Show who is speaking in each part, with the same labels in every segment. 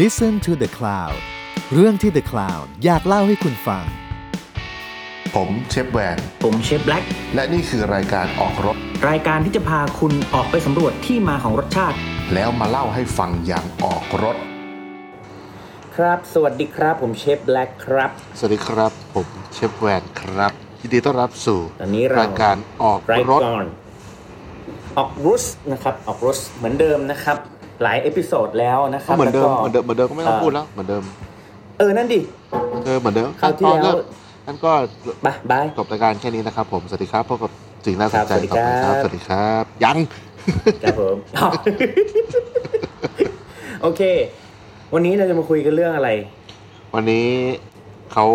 Speaker 1: Listen to the Cloud เรื่องที่ The Cloud อยากเล่าให้คุณฟัง
Speaker 2: ผมเชฟแวน
Speaker 3: ผมเชฟแบล็ก
Speaker 2: และนี่คือรายการออกรถ
Speaker 3: รายการที่จะพาคุณออกไปสำรวจที่มาของรสชาติ
Speaker 2: แล้วมาเล่าให้ฟังอย่างออกรถ
Speaker 3: ครับ สวัสดีครับ ผมเชฟแบล็กครับ
Speaker 4: สวัสดีครับ ผมเชฟแวนครับ ยินดีต้อนรับสู่
Speaker 3: ตอนนี้เรา
Speaker 4: รายการออก
Speaker 3: ราย
Speaker 4: รถ
Speaker 3: การออกรุสนะครับ ออกรุสเหมือนเดิมนะครับ หลายเอพิโซดแล้วนะครับ
Speaker 4: เหมือนเดิม
Speaker 3: แล้วก็
Speaker 4: เหมือนเดิมเหมือนเดิมก็ไม่ต้องพูดแล้วเหมือนเดิม
Speaker 3: เออ นั่นดิ
Speaker 4: เหมือนเดิมเห
Speaker 3: ค
Speaker 4: มือนเดิม
Speaker 3: ราวที่แล้ว
Speaker 4: งั้นก็
Speaker 3: บายบาย
Speaker 4: จบรายการแค่นี้นะครับ ผมสวัสดีครับพบกับสิ่งน่าสนใจ
Speaker 3: ครับสวัสดีครับ
Speaker 4: ต่อไปสวัสดีครับ ยัง
Speaker 3: ครับผม โอเค วันนี้เราจะมาคุยกันเรื่องอะไร
Speaker 4: วันนี้เขา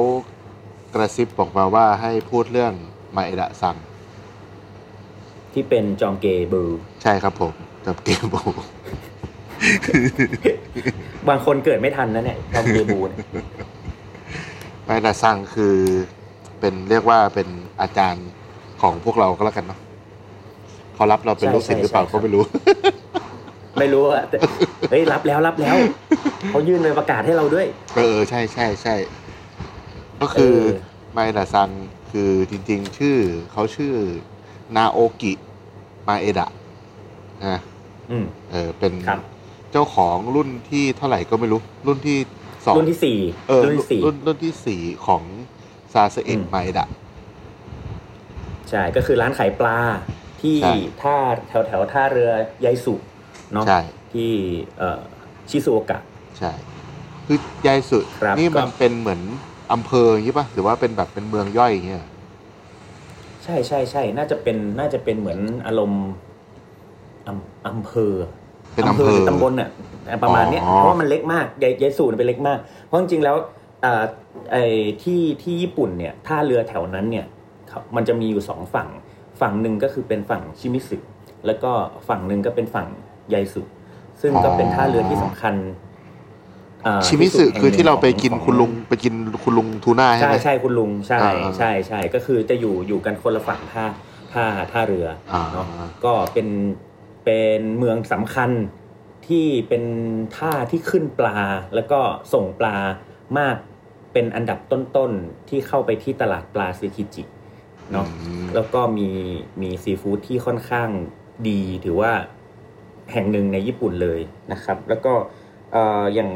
Speaker 4: กระซิบบอกมาว่าให้พูดเรื่องมาเอดะซัง
Speaker 3: ที่เป็นจองเกบลู
Speaker 4: ใช่ครับผมกับเก มโบบ
Speaker 3: างคนเกิดไม่ทันนะเนี่ยจองเกบลูเนี่ย
Speaker 4: มาเอดะซังคือเป็นเรียกว่าเป็นอาจารย์ของพวกเราก็แล้วกันเนาะเขารับเราเป็นลูกศิษย์หรือเปล่าก็ไม่รู้
Speaker 3: ไม่รู้อะแต่เฮ้ยรับแล้วรับแล้วเขายื่นใบประกาศให้เราด้วย
Speaker 4: เออใช่ใช่ใช่ ก็คือ
Speaker 3: เออ
Speaker 4: ไมเอดะซังคือจริง ๆ ชื่อเขาชื่อนาโอกิมาเอดะนะ
Speaker 3: อืม
Speaker 4: เออเป็น
Speaker 3: ครับ
Speaker 4: เจ้าของรุ่นที่เท่าไหร่ก็ไม่รู้ รุ่นที่สอง
Speaker 3: รุ่นที่สี่
Speaker 4: เออ
Speaker 3: รุ่นที่สี่
Speaker 4: รุ่นรุ่นที่สี่ของซาเซ
Speaker 3: อื
Speaker 4: เอ็
Speaker 3: ม
Speaker 4: มาเอดะ
Speaker 3: ใช่ ก็คือร้านขายปลาที่
Speaker 4: ใช่
Speaker 3: ท่าแถวแถวท่าเรือยายสุเนาะ
Speaker 4: ใช่
Speaker 3: ที่เอ่อชิซูโอกะ
Speaker 4: ใช่ คือยายสุ
Speaker 3: ครับ
Speaker 4: นี่มัน
Speaker 3: ก็
Speaker 4: เป็นเหมือนอำเภออย่างนี้ป่ะหรือว่าเป็นแบบเป็นเมืองย่อยอย่างเงี้ย
Speaker 3: ใช่ใช่ใช่น่าจะเป็นน่าจะเป็นเหมือนอารมณ์อำอำเภอ
Speaker 4: เป็นอำเภอ
Speaker 3: หรืตำบลน่ะอ่ะประมาณเนี้ย
Speaker 4: อ๋อ
Speaker 3: เพราะว่ามันเล็กมากยายยายสูเนี่ยเป็นเล็กมาก เพราะจริงๆแล้วอ่าไอ้ที่ที่ญี่ปุ่นเนี่ยท่าเรือแถวนั้นเนี่ยเขามันจะมีอยู่สองฝั่ง ฝั่งหนึ่งก็คือเป็นฝั่งชิมิสึแล้วก็ฝั่งหนึ่งก็เป็นฝั่งยายสุซึ่งก็เป็นท่าเรือที่สำคัญอ่า
Speaker 4: ชิมิสึ
Speaker 3: ที่ดแห่ง
Speaker 4: คือที่เราไปกิน
Speaker 3: ของ
Speaker 4: คุณลุงไปกินคุณลุงทูน่าใช่
Speaker 3: ใช่
Speaker 4: ไหม
Speaker 3: ใช่คุณลุงใช่
Speaker 4: อ่าอ่า
Speaker 3: ใช่ใช่ก็คือจะอยู่อยู่กันคนละฝั่งท่าท่าท่าเรืออา เนาะก็เป็นเป็นเมืองสำคัญที่เป็นท่าที่ขึ้นปลา แล้วก็ส่งปลามากเป็นอันดับต้นๆ ที่เข้าไปที่ตลาดปลาซูคิจิเนาะ
Speaker 4: อืม
Speaker 3: แล้วก็มีมีซีฟู้ดที่ค่อนข้างดีถือว่าแห่งหนึ่งในญี่ปุ่นเลยนะครับ แล้วก็เอ่ออย่าง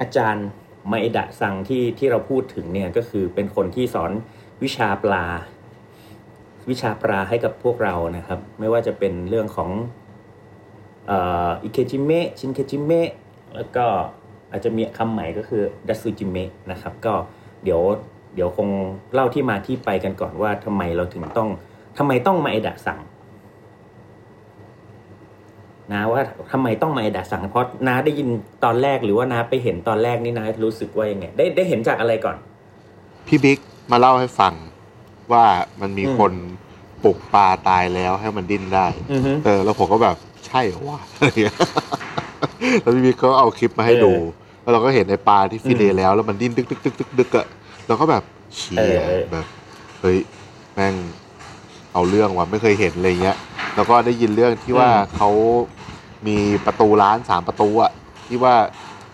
Speaker 3: อาจารย์ไมเอดะซังที่ที่เราพูดถึงเนี่ยก็คือเป็นคนที่สอนวิชาปลา วิชาปลาให้กับพวกเรานะครับ ไม่ว่าจะเป็นเรื่องของเอิเคจิเมะชินเคจิเมะแล้วก็อาจจะมีคำใหม่ก็คือดัสุจิเมะนะครับ ก็เดี๋ยวเดี๋ยวคงเล่าที่มาที่ไปกันก่อนว่าทำไมเราถึงต้องทำไมต้องมาเอดะสั่งนะว่าทำไมต้องมาเอดะสั่งเพราะนาได้ยินตอนแรกหรือว่านาไปเห็นตอนแรกนี่นารู้สึกว่ายังไงได้ได้เห็นจากอะไรก่อน
Speaker 4: พี่บิ๊กมาเล่าให้ฟังว่ามันมี
Speaker 3: อืม
Speaker 4: คนปลุกปลาตายแล้วให้มันดิ้นได้
Speaker 3: อือฮึ
Speaker 4: เออ แล้วผมก็แบบใช่เหรอวะอะไรเงี้ยแล้วพี่บิ๊กก็เอาคลิปมาให้ดู
Speaker 3: เออ
Speaker 4: แล้วเราก็เห็นไอ้ปลาที่ฟิเล
Speaker 3: อืม
Speaker 4: แล้ว แล้วมันดิ้นดึกดึกดึกดึกดึกอะเราก็แบบเชีย
Speaker 3: เออ
Speaker 4: แบบเฮ้ยแม่งเอาเรื่องว่ะไม่เคยเห็นอะไรเงี้ย แล้วก็ได้ยินเรื่องที่ว่าเขามีประตูร้านสามประตูอะที่ว่า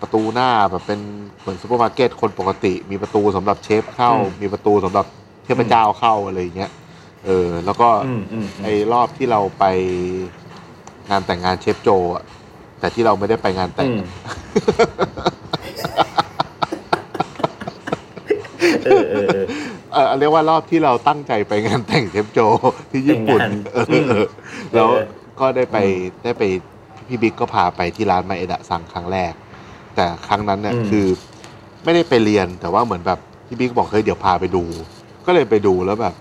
Speaker 4: ประตูหน้าแบบเป็นเหมือนซูเปอร์มาร์เก็ตคนปกติ มีประตูสำหรับเชฟเข้า
Speaker 3: อืม
Speaker 4: มีประตูสำหรับเทพเจ้าเข้าอะไรเงี้ยเออ แล้วก็
Speaker 3: อืมอืมอื
Speaker 4: ไอ้
Speaker 3: ม
Speaker 4: รอบที่เราไปงานแต่งงานเชฟโจอะแต่ที่เราไม่ได้ไปงานแต่
Speaker 3: อื
Speaker 4: ง
Speaker 3: ม
Speaker 4: อะ
Speaker 3: เออเออเออ
Speaker 4: เออเรียกว่ารอบที่เราตั้งใจไปงานแต่งเชฟโจที่ญี่ปุ่น
Speaker 3: แต่งงาน
Speaker 4: เออ
Speaker 3: อืม
Speaker 4: เออแล้ว
Speaker 3: เออ
Speaker 4: ก็ได้ไปได้ไปพี่บิ๊กก็พาไปที่ร้านมาเอดะซังครั้งแรก แต่ครั้งนั้นเนี่ย
Speaker 3: อืม
Speaker 4: คือไม่ได้ไปเรียนแต่ว่าเหมือนแบบพี่บิ๊กบอกเฮ้ยเดี๋ยวพาไปดู ก็เลยไปดูแล้วแบบ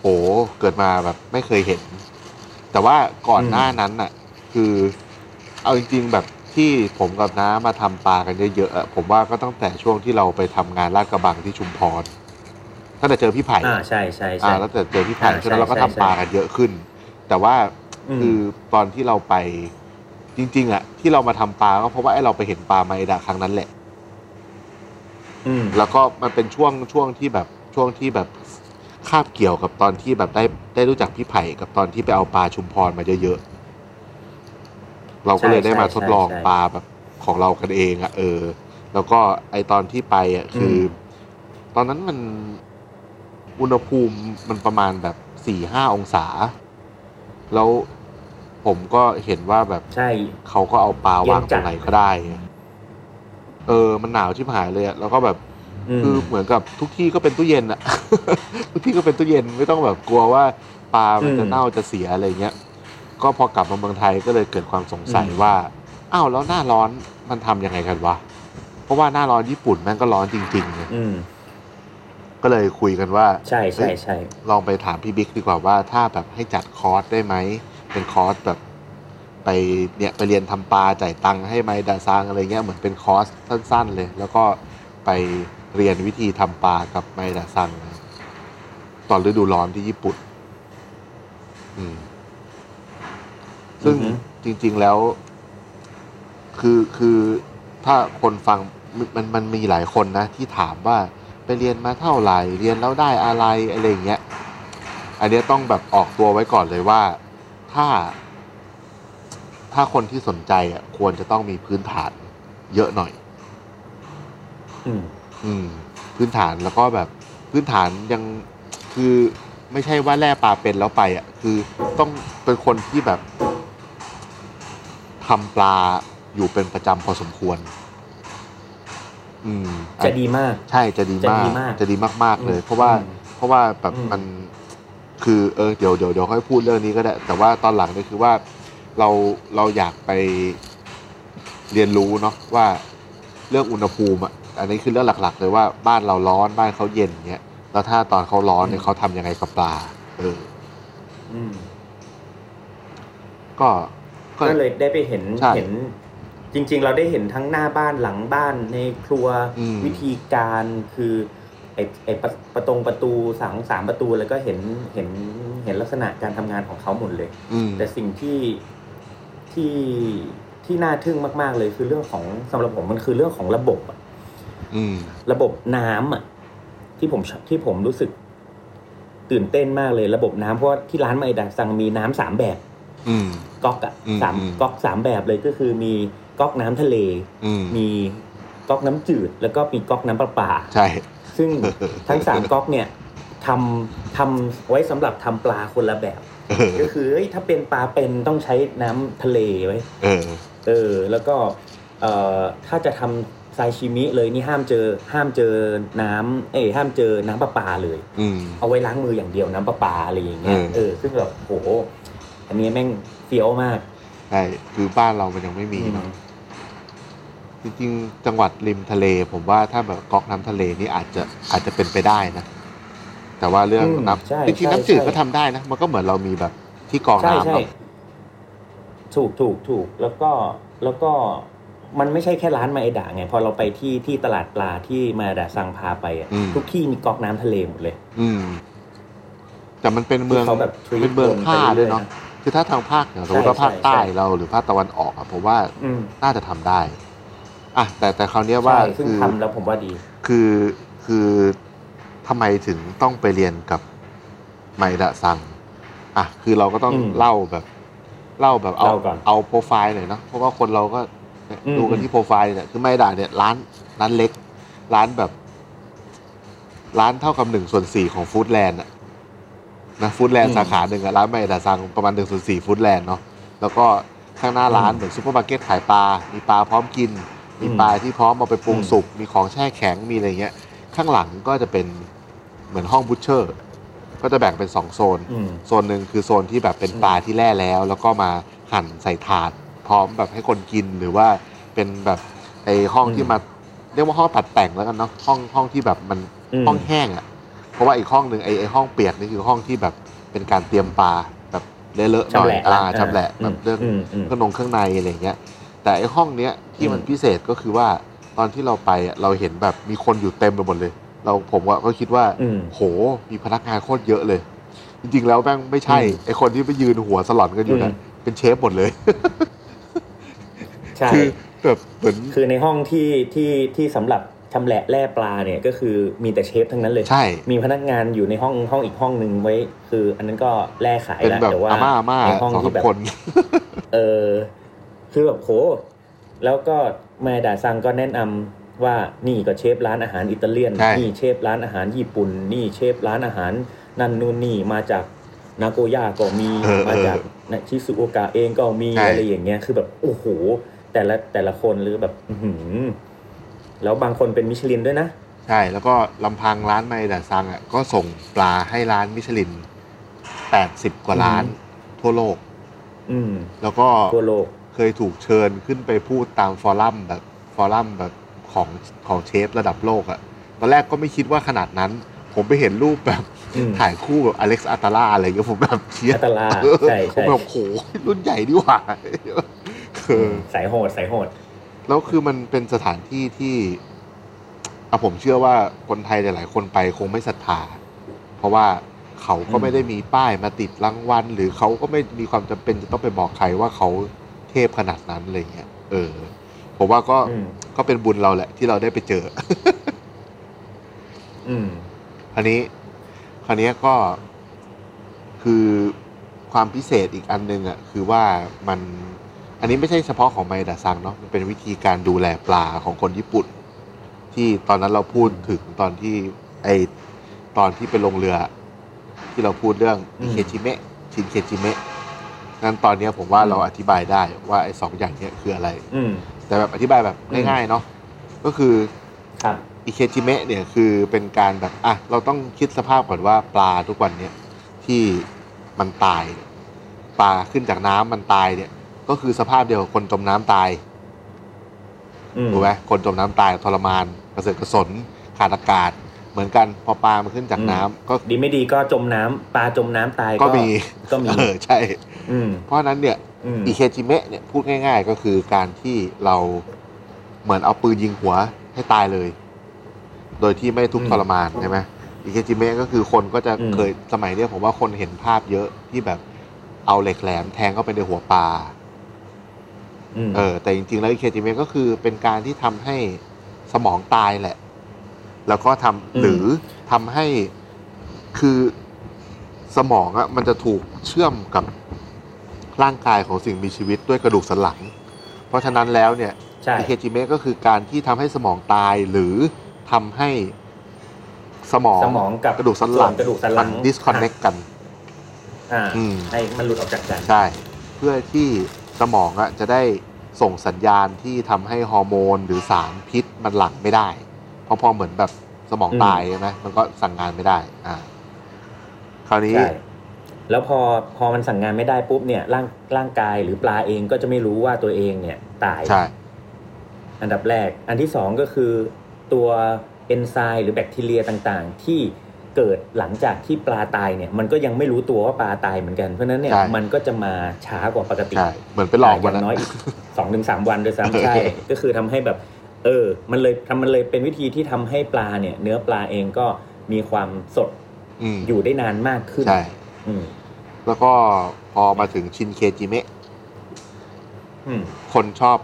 Speaker 4: โหเกิดมาแบบไม่เคยเห็น แต่ว่าก่อนหน้านั้นน่ะ คือเอาจริงๆแบบที่ผมกับน้ามาทำปลากันเยอะๆอะผมว่าก็ตั้งแต่ช่วงที่เราไปทำงานลาดกระบังที่ชุมพรตั้งแต่เจอพี่ไผ่
Speaker 3: อ่าใช่ใช่ใช่
Speaker 4: อ่าตั้งแต่เจอพี่ไผ่
Speaker 3: อ่า
Speaker 4: ฉะนั้นเราก็
Speaker 3: ใช่
Speaker 4: ทำ
Speaker 3: ใช่
Speaker 4: ปลากันเยอะขึ้น แต่ว่า
Speaker 3: ม
Speaker 4: คือตอนที่เราไปจริง ๆอ่ะที่เรามาทำปลาก็เพราะว่าไอเราไปเห็นปลาไมดะครั้งนั้นแหละ
Speaker 3: อืม
Speaker 4: แล้วก็มันเป็นช่วงช่วงที่แบบช่วงที่แบบคาบเกี่ยวกับตอนที่แบบได้ได้รู้จักพี่ไผ่กับตอนที่ไปเอาปลาชุมพรมาเยอะๆ เราก็เลยได้มาทดลอง
Speaker 3: ใช่ใช่
Speaker 4: ปลาแบบ ของเรากันเองอะเออ แล้วก็ไอตอนที่ไปอะคืออ
Speaker 3: ม
Speaker 4: ตอนนั้นมันอุณหภูมิมันประมาณแบบสี่ห้าองศา แล้วผมก็เห็นว่าแบบ
Speaker 3: ใช่
Speaker 4: เขาก็เอาปลาวางตรงไหนก็ได้ไงเออ มันหนาวชิบหายเลยอะแล้วก็แบบ
Speaker 3: อืม
Speaker 4: คือเหมือนกับทุกที่ก็เป็นตู้เย็นอะ ทุกที่ก็เป็นตู้เย็นไม่ต้องแบบกลัวว่าปลามันจะ
Speaker 3: อืม
Speaker 4: เน่าจะเสียอะไรเงี้ย ก็พอกลับมาเมืองไทยก็เลยเกิดความสงสัย
Speaker 3: อืม
Speaker 4: ว่าอ้าวแล้วหน้าร้อนมันทำยังไงกันวะ เพราะว่าหน้าร้อนญี่ปุ่นแม่งก็ร้อนจริงๆไง
Speaker 3: อืม
Speaker 4: ก็เลยคุยกันว่า
Speaker 3: ใช่ใช่ใช่
Speaker 4: ลองไปถามพี่บิ๊กดีกว่าว่าถ้าแบบให้จัดคอร์สได้ไหม เป็นคอร์สแบบไปเนี่ยไปเรียนทำปลาจ่ายตังค์ให้ไหมดาซังอะไรเงี้ยเหมือนเป็นคอร์สสั้นๆเลย แล้วก็ไปเรียนวิธีทำปลากับไมดาซังนะตอนฤดูร้อนที่ญี่ปุ่น อืม ซึ่ง
Speaker 3: อือฮึ
Speaker 4: จริง ๆแล้ว คือคือถ้าคนฟังมันมันมันมีหลายคนนะ ที่ถามว่าไปเรียนมาเท่าไหร่ เรียนแล้วได้อะไร อะไรอย่างเงี้ย อันเนี้ยต้องแบบออกตัวไว้ก่อนเลยว่าถ้า ถ้าคนที่สนใจอ่ะควรจะต้องมีพื้นฐาน เยอะหน่อย
Speaker 3: อืม
Speaker 4: อืม พื้นฐานแล้วก็แบบพื้นฐานยังคือไม่ใช่ว่าแล่ปลาเป็นแล้วไปอ่ะ คือต้องเป็นคนที่แบบทำปลาอยู่เป็นประจำพอสมควร อืม
Speaker 3: จะดีมาก
Speaker 4: ใช่จะดีมาก
Speaker 3: จะดีมาก
Speaker 4: จะดีมาก ๆ เลย
Speaker 3: อืม
Speaker 4: เพราะว่า
Speaker 3: อืม
Speaker 4: เพราะว่าแบบ
Speaker 3: อืม
Speaker 4: มันคือเออเดี๋ยวเดี๋ยวเดี๋ยวค่อยพูดเรื่องนี้ก็ได้ แต่ว่าตอนหลังเนี่ยคือว่าเราเราอยากไปเรียนรู้เนาะว่าเรื่องอุณหภูมิอ่ะอันนี้คือเรื่องหลัก ๆ เลยว่าบ้านเราร้อนบ้านเขาเย็นเงี้ยแล้วถ้าตอนเขาร้อนเนี่ยเขาทำยังไงกับปลาเออ
Speaker 3: อืม
Speaker 4: ก็ก็
Speaker 3: ก็เลยได้ไปเห็น
Speaker 4: ใช่
Speaker 3: เห็น จริง ๆ เราได้เห็นทั้งหน้าบ้านหลังบ้านในครัว
Speaker 4: อืม
Speaker 3: วิธีการคือไอ้ไอ้ประประตงประตูสามสามประตูแล้วก็เห็นเห็นเห็นลักษณะการทำงานของเขาหมดเลย
Speaker 4: อืม
Speaker 3: แต่สิ่งที่ที่ที่น่าทึ่งมาก ๆ เลยคือเรื่องของสำหรับผมมันคือเรื่องของระบบอะ
Speaker 4: อืม
Speaker 3: ระบบน้ำอะที่ผมชอบที่ผมรู้สึกตื่นเต้นมากเลยระบบน้ำเพราะว่าที่ร้านไมดาซังมีน้ำสามแบบ
Speaker 4: อืม
Speaker 3: ก๊อกอะ
Speaker 4: อืม
Speaker 3: สาม
Speaker 4: อืม
Speaker 3: ก๊อกสามแบบเลยก็คือมีก๊อกน้ำทะเล
Speaker 4: อืม
Speaker 3: มีก๊อกน้ำจืด แล้วก็มีก๊อกน้ำประปา
Speaker 4: ใช่
Speaker 3: ซึ่งทั้งสามก๊อกเนี่ยทำทำไว้สำหรับทำปลาคนละแบบ
Speaker 4: เออ
Speaker 3: ก็คือเอ้ยถ้าเป็นปลาเป็นต้องใช้น้ำทะเลไว้ย
Speaker 4: เออ
Speaker 3: เออ แล้วก็เอ่อถ้าจะทำซาชิมิเลยนี่ห้ามเจอห้ามเจอน้ำเอ้ยห้ามเจอน้ำประปาเลย
Speaker 4: อืม
Speaker 3: เอาไว้ล้างมืออย่างเดียวน้ำประปาอะไรอย่างเงี้ย
Speaker 4: อืม
Speaker 3: เออซึ่งแบบโหอันนี้แม่งเฟี้ยวมาก
Speaker 4: ใช่คือบ้านเรามันยังไม่มีเนาะ จริงๆ จังหวัดริมทะเล ผมว่าถ้าแบบก๊อกน้ำทะเลนี่อาจจะอาจจะเป็นไปได้นะ แต่ว่าเรื่อง
Speaker 3: อืม
Speaker 4: น้
Speaker 3: ใช่
Speaker 4: ำจริง
Speaker 3: ใช่
Speaker 4: ๆน้ำจืด
Speaker 3: ใช่
Speaker 4: ก็ทำได้นะ มันก็เหมือนเรามีแบบที่กรอง
Speaker 3: ใช่
Speaker 4: น้ำ
Speaker 3: ใช่
Speaker 4: เนาะ
Speaker 3: ถูกถูกถูกแล้วก็แล้วก็มันไม่ใช่แค่ร้านมาเอดะไง พอเราไปที่ที่ตลาดปลาที่มาเอดะซังพาไปอะ
Speaker 4: อืม
Speaker 3: ทุกที่มีก๊อกน้ำทะเลหมดเลย
Speaker 4: อืม แต่มันเป็นเมือง
Speaker 3: ที่เขาแบบ
Speaker 4: เป็นเมืองผ้าด้วยเนาะ
Speaker 3: ไปเรื่อย
Speaker 4: คือถ้าทางภาคเนี่ยสมมติ
Speaker 3: ใช่
Speaker 4: ว่าภาค
Speaker 3: ใช่
Speaker 4: ใต้
Speaker 3: ใช่
Speaker 4: เราหรือภาคตะวันออกอะผมว่า
Speaker 3: อืม
Speaker 4: น่าจะทำได้อ่ะแต่แต่คราวเนี้ยว่า
Speaker 3: ใช่ซึ่ง
Speaker 4: คือ
Speaker 3: ทำแล้วผมว่าดี
Speaker 4: คือคือทำไมถึงต้องไปเรียนกับไมระซัง อ่ะ คือเราก็ต้อง
Speaker 3: อืม
Speaker 4: เล่าแบบ เล่าแบบเอา
Speaker 3: เล่าก่อน
Speaker 4: เอาโปรไฟล์หน่อยเนาะเพราะว่าคนเราก็เนี่ย
Speaker 3: อืม
Speaker 4: ดูกันที่โปรไฟล์เนี่ยคือไมระเนี่ยร้านร้านเล็ก ร้านแบบ ร้านเท่ากับหนึ่งส่วนสี่ของฟู้ดแลนด์อะนะฟู้ดแลนด์สาขาหนึ่งอะร้านไมระซังประมาณหนึ่งส่วนสี่ฟู้ดแลนด์เนาะแล้วก็ข้างหน้าร้านเหมือนซูเปอร์มาร์เก็ตขายปลา มีปลาพร้อมกิน มี
Speaker 3: อืม
Speaker 4: ปลาที่พร้อมเอาไปปรุง
Speaker 3: อืม
Speaker 4: สุก มีของแช่แข็ง มีอะไรเงี้ย ข้างหลังก็จะเป็นเหมือนห้องบูชเชอร์ ก็จะแบ่งเป็นสองโซน
Speaker 3: อืม
Speaker 4: โซนหนึ่งคือโซนที่แบบเป็น
Speaker 3: อืม
Speaker 4: ปลาที่แล่แล้ว แล้วก็มาหั่นใส่ถาด พร้อมแบบให้คนกินหรือว่าเป็นแบบไอห้อง
Speaker 3: อืม
Speaker 4: ที่มาเรียกว่าห้องตัดแต่งแล้วกันเนาะห้องห้องที่แบบมัน
Speaker 3: อืม
Speaker 4: ห้องแห้งอะ่ะ เพราะว่าอีกห้องหนึ่งไอไอห้องเปียกนี่คือห้องที่แบบเป็นการเตรียมปลาแบบเลอะๆหน่
Speaker 3: ชำ
Speaker 4: อ
Speaker 3: แห
Speaker 4: ย
Speaker 3: ละ
Speaker 4: อ่า
Speaker 3: อ่า
Speaker 4: ชำแหละแบบเรื่อง
Speaker 3: มอืม
Speaker 4: เครื่องนงเครื่องในอะไรเงี้ย แต่ไอห้องเนี้ยที่มัน
Speaker 3: อืม
Speaker 4: พิเศษก็คือว่าตอนที่เราไปอะเราเห็นแบบมีคนอยู่เต็มไปหมดเลย เราผมว่าก็คิดว่า
Speaker 3: อืม
Speaker 4: โหมีพนักงานโคตรเยอะเลย จริงๆแล้วแม่งไม่ใช่
Speaker 3: อืม
Speaker 4: ไอคนที่ไปยืนหัวสลอนกันอยู่นะ
Speaker 3: อืม
Speaker 4: เป็นเชฟหมดเลย
Speaker 3: ใช่
Speaker 4: คือแบบเหมือน
Speaker 3: คือในห้องที่ที่ที่สำหรับชำแหละแล่ปลาเนี่ยก็คือมีแต่เชฟทั้งนั้นเลย
Speaker 4: ใช่
Speaker 3: มีพนักงานอยู่ในห้องห้องอีกห้องหนึ่งไว้ คือ อันนั้นก็แลกขาย
Speaker 4: เป็น
Speaker 3: แล้ว
Speaker 4: แบบ
Speaker 3: แต่ว่า
Speaker 4: อาม่าอาม่า
Speaker 3: ในห้อง
Speaker 4: สอง
Speaker 3: ที่
Speaker 4: สาม
Speaker 3: แบบ
Speaker 4: คน
Speaker 3: เออคือแบบโหแล้วก็ มาดาซังก็แนะนำว่านี่ก็เชฟร้านอาหารอิตาเลียน
Speaker 4: ใช่
Speaker 3: นี่เชฟร้านอาหารญี่ปุ่น นี่เชฟร้านอาหารนั่นนู่นนี่มาจากนาโกย่าก็มี
Speaker 4: เออ
Speaker 3: มาจากนะชิซุโอกะเองก็มี
Speaker 4: ใช่
Speaker 3: อะไรอย่างเงี้ยคือแบบโอ้โหแต่ละแต่ละคนหรือแบบอื้อหือแล้วบางคนเป็นมิชลินด้วยนะ
Speaker 4: ใช่แล้วก็ลำพังร้านไมดาซังอ่ะก็ส่งปลาให้ร้านมิชลิน 80 กว่าร้าน
Speaker 3: อืม
Speaker 4: ทั่วโลก
Speaker 3: อืม
Speaker 4: แล้วก็
Speaker 3: ทั่วโลก
Speaker 4: เคยถูกเชิญขึ้นไปพูดตามฟอรัมแบบฟอรัมแบบของของเชฟระดับโลกอ่ะตอนแรกก็ไม่คิดว่าขนาดนั้น ผมไปเห็นรูปแบบ
Speaker 3: อืม
Speaker 4: ถ่ายคู่กับอเล็กซ์อัตตาลาอะไรเงี้ยผมแบบเชีย
Speaker 3: อัตลา
Speaker 4: เออ
Speaker 3: ใช่
Speaker 4: ผม
Speaker 3: ใช่
Speaker 4: แบบโหรุ่นใหญ่ดีหว่าเออ
Speaker 3: สายโหดสายโหด
Speaker 4: แล้วคือมันเป็นสถานที่ที่อะผมเชื่อว่าคนไทยหลายๆ คนไปคงไม่ศรัทธา เพราะว่าเขาก็
Speaker 3: อืม
Speaker 4: ไม่ได้มีป้ายมาติดรางวัลหรือเขาก็ไม่มีความจำเป็นจะต้องไปบอกใครว่าเขาเทพขนาดนั้นอะไรเงี้ยเออ ผมว่าก็
Speaker 3: อืม
Speaker 4: ก็เป็นบุญเราแหละที่เราได้ไปเจอ
Speaker 3: อืม
Speaker 4: อันนี้คราวเนี้ยก็คือความพิเศษอีกอันหนึงอ่ะคือว่ามันอันนี้ไม่ใช่เฉพาะของไมดาซังเนาะมันเป็นวิธีการดูแลปลาของคนญี่ปุ่น ที่ตอนนั้นเราพูดถึงตอนที่ไอตอนที่ไปลงเรือ ที่เราพูดเรื่อง
Speaker 3: อื
Speaker 4: อิ
Speaker 3: ม
Speaker 4: เคจิเมะชินเคจิเมะงั้นตอนเนี้ยผมว่าเราอธิบายได้ว่าไอสองอย่างเนี้ยคืออะไร
Speaker 3: อืม
Speaker 4: แต่แบบอธิบายแบบ
Speaker 3: อืม
Speaker 4: ง่ายๆเนาะก็คือ
Speaker 3: ครับ
Speaker 4: อิเคจิเมะเนี่ยคือเป็นการแบบอ่ะเราต้องคิดสภาพก่อนว่าปลาทุกวันเนี่ยที่มันตายเนี่ยปลาขึ้นจากน้ำมันตายเนี่ย ก็คือสภาพเดียวกับคนจมน้ำตาย
Speaker 3: อืม
Speaker 4: ถูกไหมคนจมน้ำตายทรมานกระเสือกกระสนขาดอากาศ เหมือนกันพอปลามันขึ้นจากน้ำก็
Speaker 3: ดีไม่ดีก็จมน้ำปลาจมน้ำตาย
Speaker 4: ก็มี
Speaker 3: ก็มี
Speaker 4: เออใช่
Speaker 3: อืม
Speaker 4: เพราะฉะนั้นเนี่ย
Speaker 3: อืม
Speaker 4: อิเคจิเมะเนี่ยพูดง่าย ๆ ก็คือการที่เราเหมือนเอาปืนยิงหัวให้ตายเลย โดยที่ไม่ทุกข์ทรมานใช่ไหมอิเคจิเมะก็คือคนก็จะเคยสมัยเนี้ยผมว่าคนเห็นภาพเยอะที่แบบเอาเหล็กแหลมแทงเข้าไปในหัวปลา
Speaker 3: ม
Speaker 4: เออแต่จริงๆแล้วอิเคจิเมะก็คือเป็นการที่ทำให้สมองตายแหละ แล้วก็ทำหรือทำให้คือสมองอะมันจะถูกเชื่อมกับร่างกายของสิ่งมีชีวิตด้วยกระดูกสันหลัง เพราะฉะนั้นแล้วเนี่ย
Speaker 3: ใช่
Speaker 4: อิเคจิเมะก็คือการที่ทำให้สมองตายหรือทำให้สมอง
Speaker 3: สมองกับ
Speaker 4: กระดูกสันหลัง
Speaker 3: กระดูกสันหลัง
Speaker 4: ดิสคอนเนคกัน
Speaker 3: อ่า
Speaker 4: อืม
Speaker 3: ให้มันหลุดออกจากกัน
Speaker 4: ใช่ เพื่อที่สมองอะจะได้ส่งสัญญาณที่ทำให้ฮอร์โมนหรือสารพิษมันหลั่งไม่ได้ เพราะพอเหมือนแบบสมองตายใช่ไหมมันก็สั่งงานไม่ได้ อ่า คราวนี้
Speaker 3: ใช่แล้วพอพอมันสั่งงานไม่ได้ปุ๊บเนี่ยร่างร่างกายหรือปลาเองก็จะไม่รู้ว่าตัวเองเนี่ยตาย
Speaker 4: ใช่
Speaker 3: อันดับแรก อันที่สองก็คือตัวเอนไซม์หรือแบคทีเรียต่างๆ ที่เกิดหลังจากที่ปลาตายเนี่ย มันก็ยังไม่รู้ตัวว่าปลาตายเหมือนกัน เพราะฉะนั้นเนี่ย
Speaker 4: ใช่
Speaker 3: มันก็จะมาช้ากว่าปกติ
Speaker 4: ใช่ เหมือนไปหลอกวัน
Speaker 3: ย่าง
Speaker 4: นั้น
Speaker 3: น้อยสองถึงสามวันด้วย
Speaker 4: เออ
Speaker 3: ซ้ำใช่ ก็คือทำให้แบบ เออ มันเลยทำมันเลยเป็นวิธีที่ทำให้ปลาเนี่ย เนื้อปลาเองก็มีความสด
Speaker 4: อืม
Speaker 3: อยู่ได้นานมากขึ้น
Speaker 4: ใช่
Speaker 3: อืม
Speaker 4: แล้วก็พอมาถึงชินเคจิเมะ
Speaker 3: อืม
Speaker 4: คนชอบ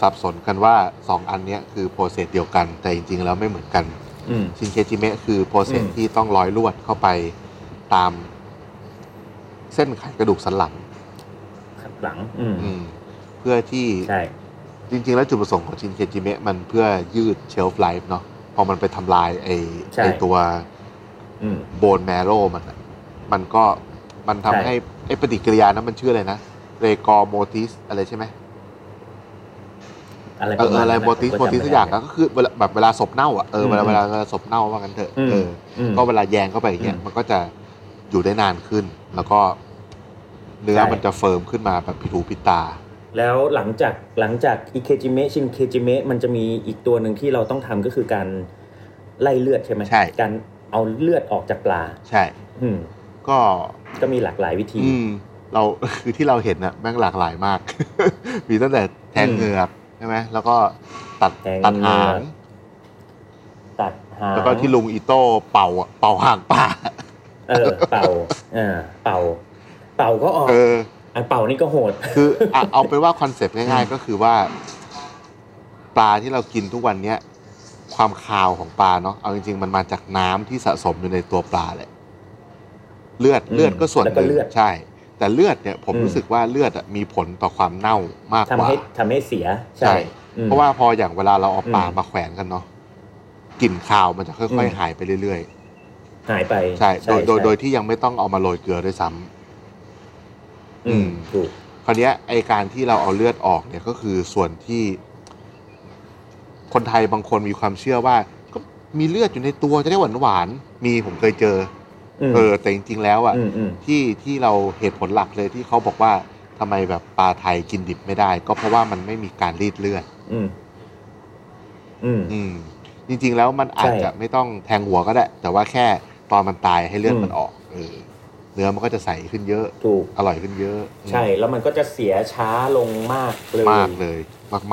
Speaker 4: สับสนกันว่าสองอันเนี้ยคือโปรเซสเดียวกัน แต่จริงๆแล้วไม่เหมือนกัน
Speaker 3: อืม
Speaker 4: ชินเคจิเมะคือโปรเซส
Speaker 3: อืม
Speaker 4: ที่ต้องร้อยลวดเข้าไปตามเส้นไขกระดูกสันหลัง
Speaker 3: ขับหลัง อืม
Speaker 4: อืมเพื่อที่
Speaker 3: ใช่
Speaker 4: จริง ๆ แล้วจุดประสงค์ของชินเคจิเมะมันเพื่อยืดเชลฟ์ไลฟ์เนาะพอมันไปทำลายไอ้
Speaker 3: ใช่
Speaker 4: ไอ้ตัว
Speaker 3: อืม
Speaker 4: โบนแมโรมันอะมันก็มันทำ
Speaker 3: ใช่
Speaker 4: ให้ไอ้ปฏิกิริยานั้นมันชื่ออะไรนะเรกอโมติสอะไรใช่ไหม
Speaker 3: อะไร
Speaker 4: เอ
Speaker 3: ป
Speaker 4: อ
Speaker 3: ระ
Speaker 4: เอ
Speaker 3: มาณ
Speaker 4: ออะไร
Speaker 3: นั้น
Speaker 4: โมติส
Speaker 3: ผ
Speaker 4: โม
Speaker 3: จำไ
Speaker 4: ติสสักอย่างอะก็คือเวลาแบบเวลาศพเน่าอ่ะเออเวลา
Speaker 3: อืม
Speaker 4: เวลาเวลาศพเน่าว่ากันเถอะ
Speaker 3: อืม
Speaker 4: เออ
Speaker 3: อืม
Speaker 4: ก็เวลาแยงเข้าไปอย่างเงี้ย
Speaker 3: อืม
Speaker 4: มันก็จะอยู่ได้นานขึ้น แล้วก็เนื้อ
Speaker 3: ใช่
Speaker 4: มันจะเฟิร์มขึ้นมาแบบผิดหูผิดตา
Speaker 3: แล้วหลังจากหลังจากอิเคจิเมะชินเคจิเมะมันจะมีอีกตัวหนึ่งที่เราต้องทำก็คือการไล่เลือดใช่ไหม
Speaker 4: ใช่
Speaker 3: การเอาเลือดออกจากปลา
Speaker 4: ใช่
Speaker 3: อืม
Speaker 4: ก็
Speaker 3: ก็มีหลากหลายวิธี
Speaker 4: อืมเรา คือที่เราเห็นนะแม่งหลากหลายมาก มีตั้งแต่แทง
Speaker 3: อืม
Speaker 4: เหงือกใช่ไหมแล้วก็ตัด
Speaker 3: แทง
Speaker 4: ตัดหา
Speaker 3: เหงือ
Speaker 4: ง
Speaker 3: ก ตัดหาง
Speaker 4: แล้วก็ที่ลุงอีโต้เป่าอะเป่าหางปลา
Speaker 3: เออ เป่าเออเป่า เป่าก็ออก
Speaker 4: เออ
Speaker 3: อันเป่านี่ก็โหด
Speaker 4: คืออ่ะเอาเป็นว่าคอนเซปต์ง่ายๆ ก็คือว่า ปลาที่เรากินทุกวันเนี้ยความคาวของปลาเนาะเอาจริงๆ มันมาจากน้ำที่สะสมอยู่ในตัวปลาแหละเลือด
Speaker 3: อืม
Speaker 4: เลือดก็ส่วนห
Speaker 3: แล้วก็
Speaker 4: นึ่ง
Speaker 3: เลือด
Speaker 4: ใช่ แต่เลือดเนี่ย ผม
Speaker 3: อืม
Speaker 4: รู้สึกว่าเลือดอะมีผลต่อความเน่ามาก
Speaker 3: ทำ
Speaker 4: กว่า
Speaker 3: ให้ทำให้เสีย
Speaker 4: ใช่
Speaker 3: อืม
Speaker 4: เพราะว่าพออย่างเวลาเราเอาปลา
Speaker 3: อืม
Speaker 4: มาแขวนกันเนาะกลิ่นคาวมันจะ
Speaker 3: อื
Speaker 4: ค่อย
Speaker 3: ม
Speaker 4: ๆหายไปเรื่อย
Speaker 3: หายไป
Speaker 4: ๆ ใช่ โดยโดยโดยที่ยังไม่ต้องเอามาโรยเกลือด้วยซ้ำ
Speaker 3: อืม
Speaker 4: อืม
Speaker 3: ถูก
Speaker 4: คราวเนี้ยไอการที่เราเอาเลือดออกเนี่ยก็คือส่วนที่ คนไทยบางคนมีความเชื่อว่า ก็มีเลือดอยู่ในตัวจะได้หวานหวานๆมีผมเคยเจออ
Speaker 3: ม
Speaker 4: เออแต่จริงๆแล้วอ่ะ
Speaker 3: อืมอืม
Speaker 4: ที่ที่เราเหตุผลหลักเลยที่เขาบอกว่าทำไมแบบปลาไทยกินดิบไม่ได้ ก็เพราะว่ามันไม่มีการรีดเลือด
Speaker 3: อืมอืม
Speaker 4: อืม จริงๆแล้วมันอาจ
Speaker 3: ใช่
Speaker 4: จะไม่ต้องแทงหัวก็ได้ แต่ว่าแค่ตอนมันตายให้เลือด
Speaker 3: อืม
Speaker 4: มันออกเออเนื้อมันก็จะใสขึ้นเยอะ
Speaker 3: ถูก
Speaker 4: อร่อยขึ้นเยอะ
Speaker 3: ใช่ แล้วมันก็จะเสียช้าลงมากเลย
Speaker 4: มากเลย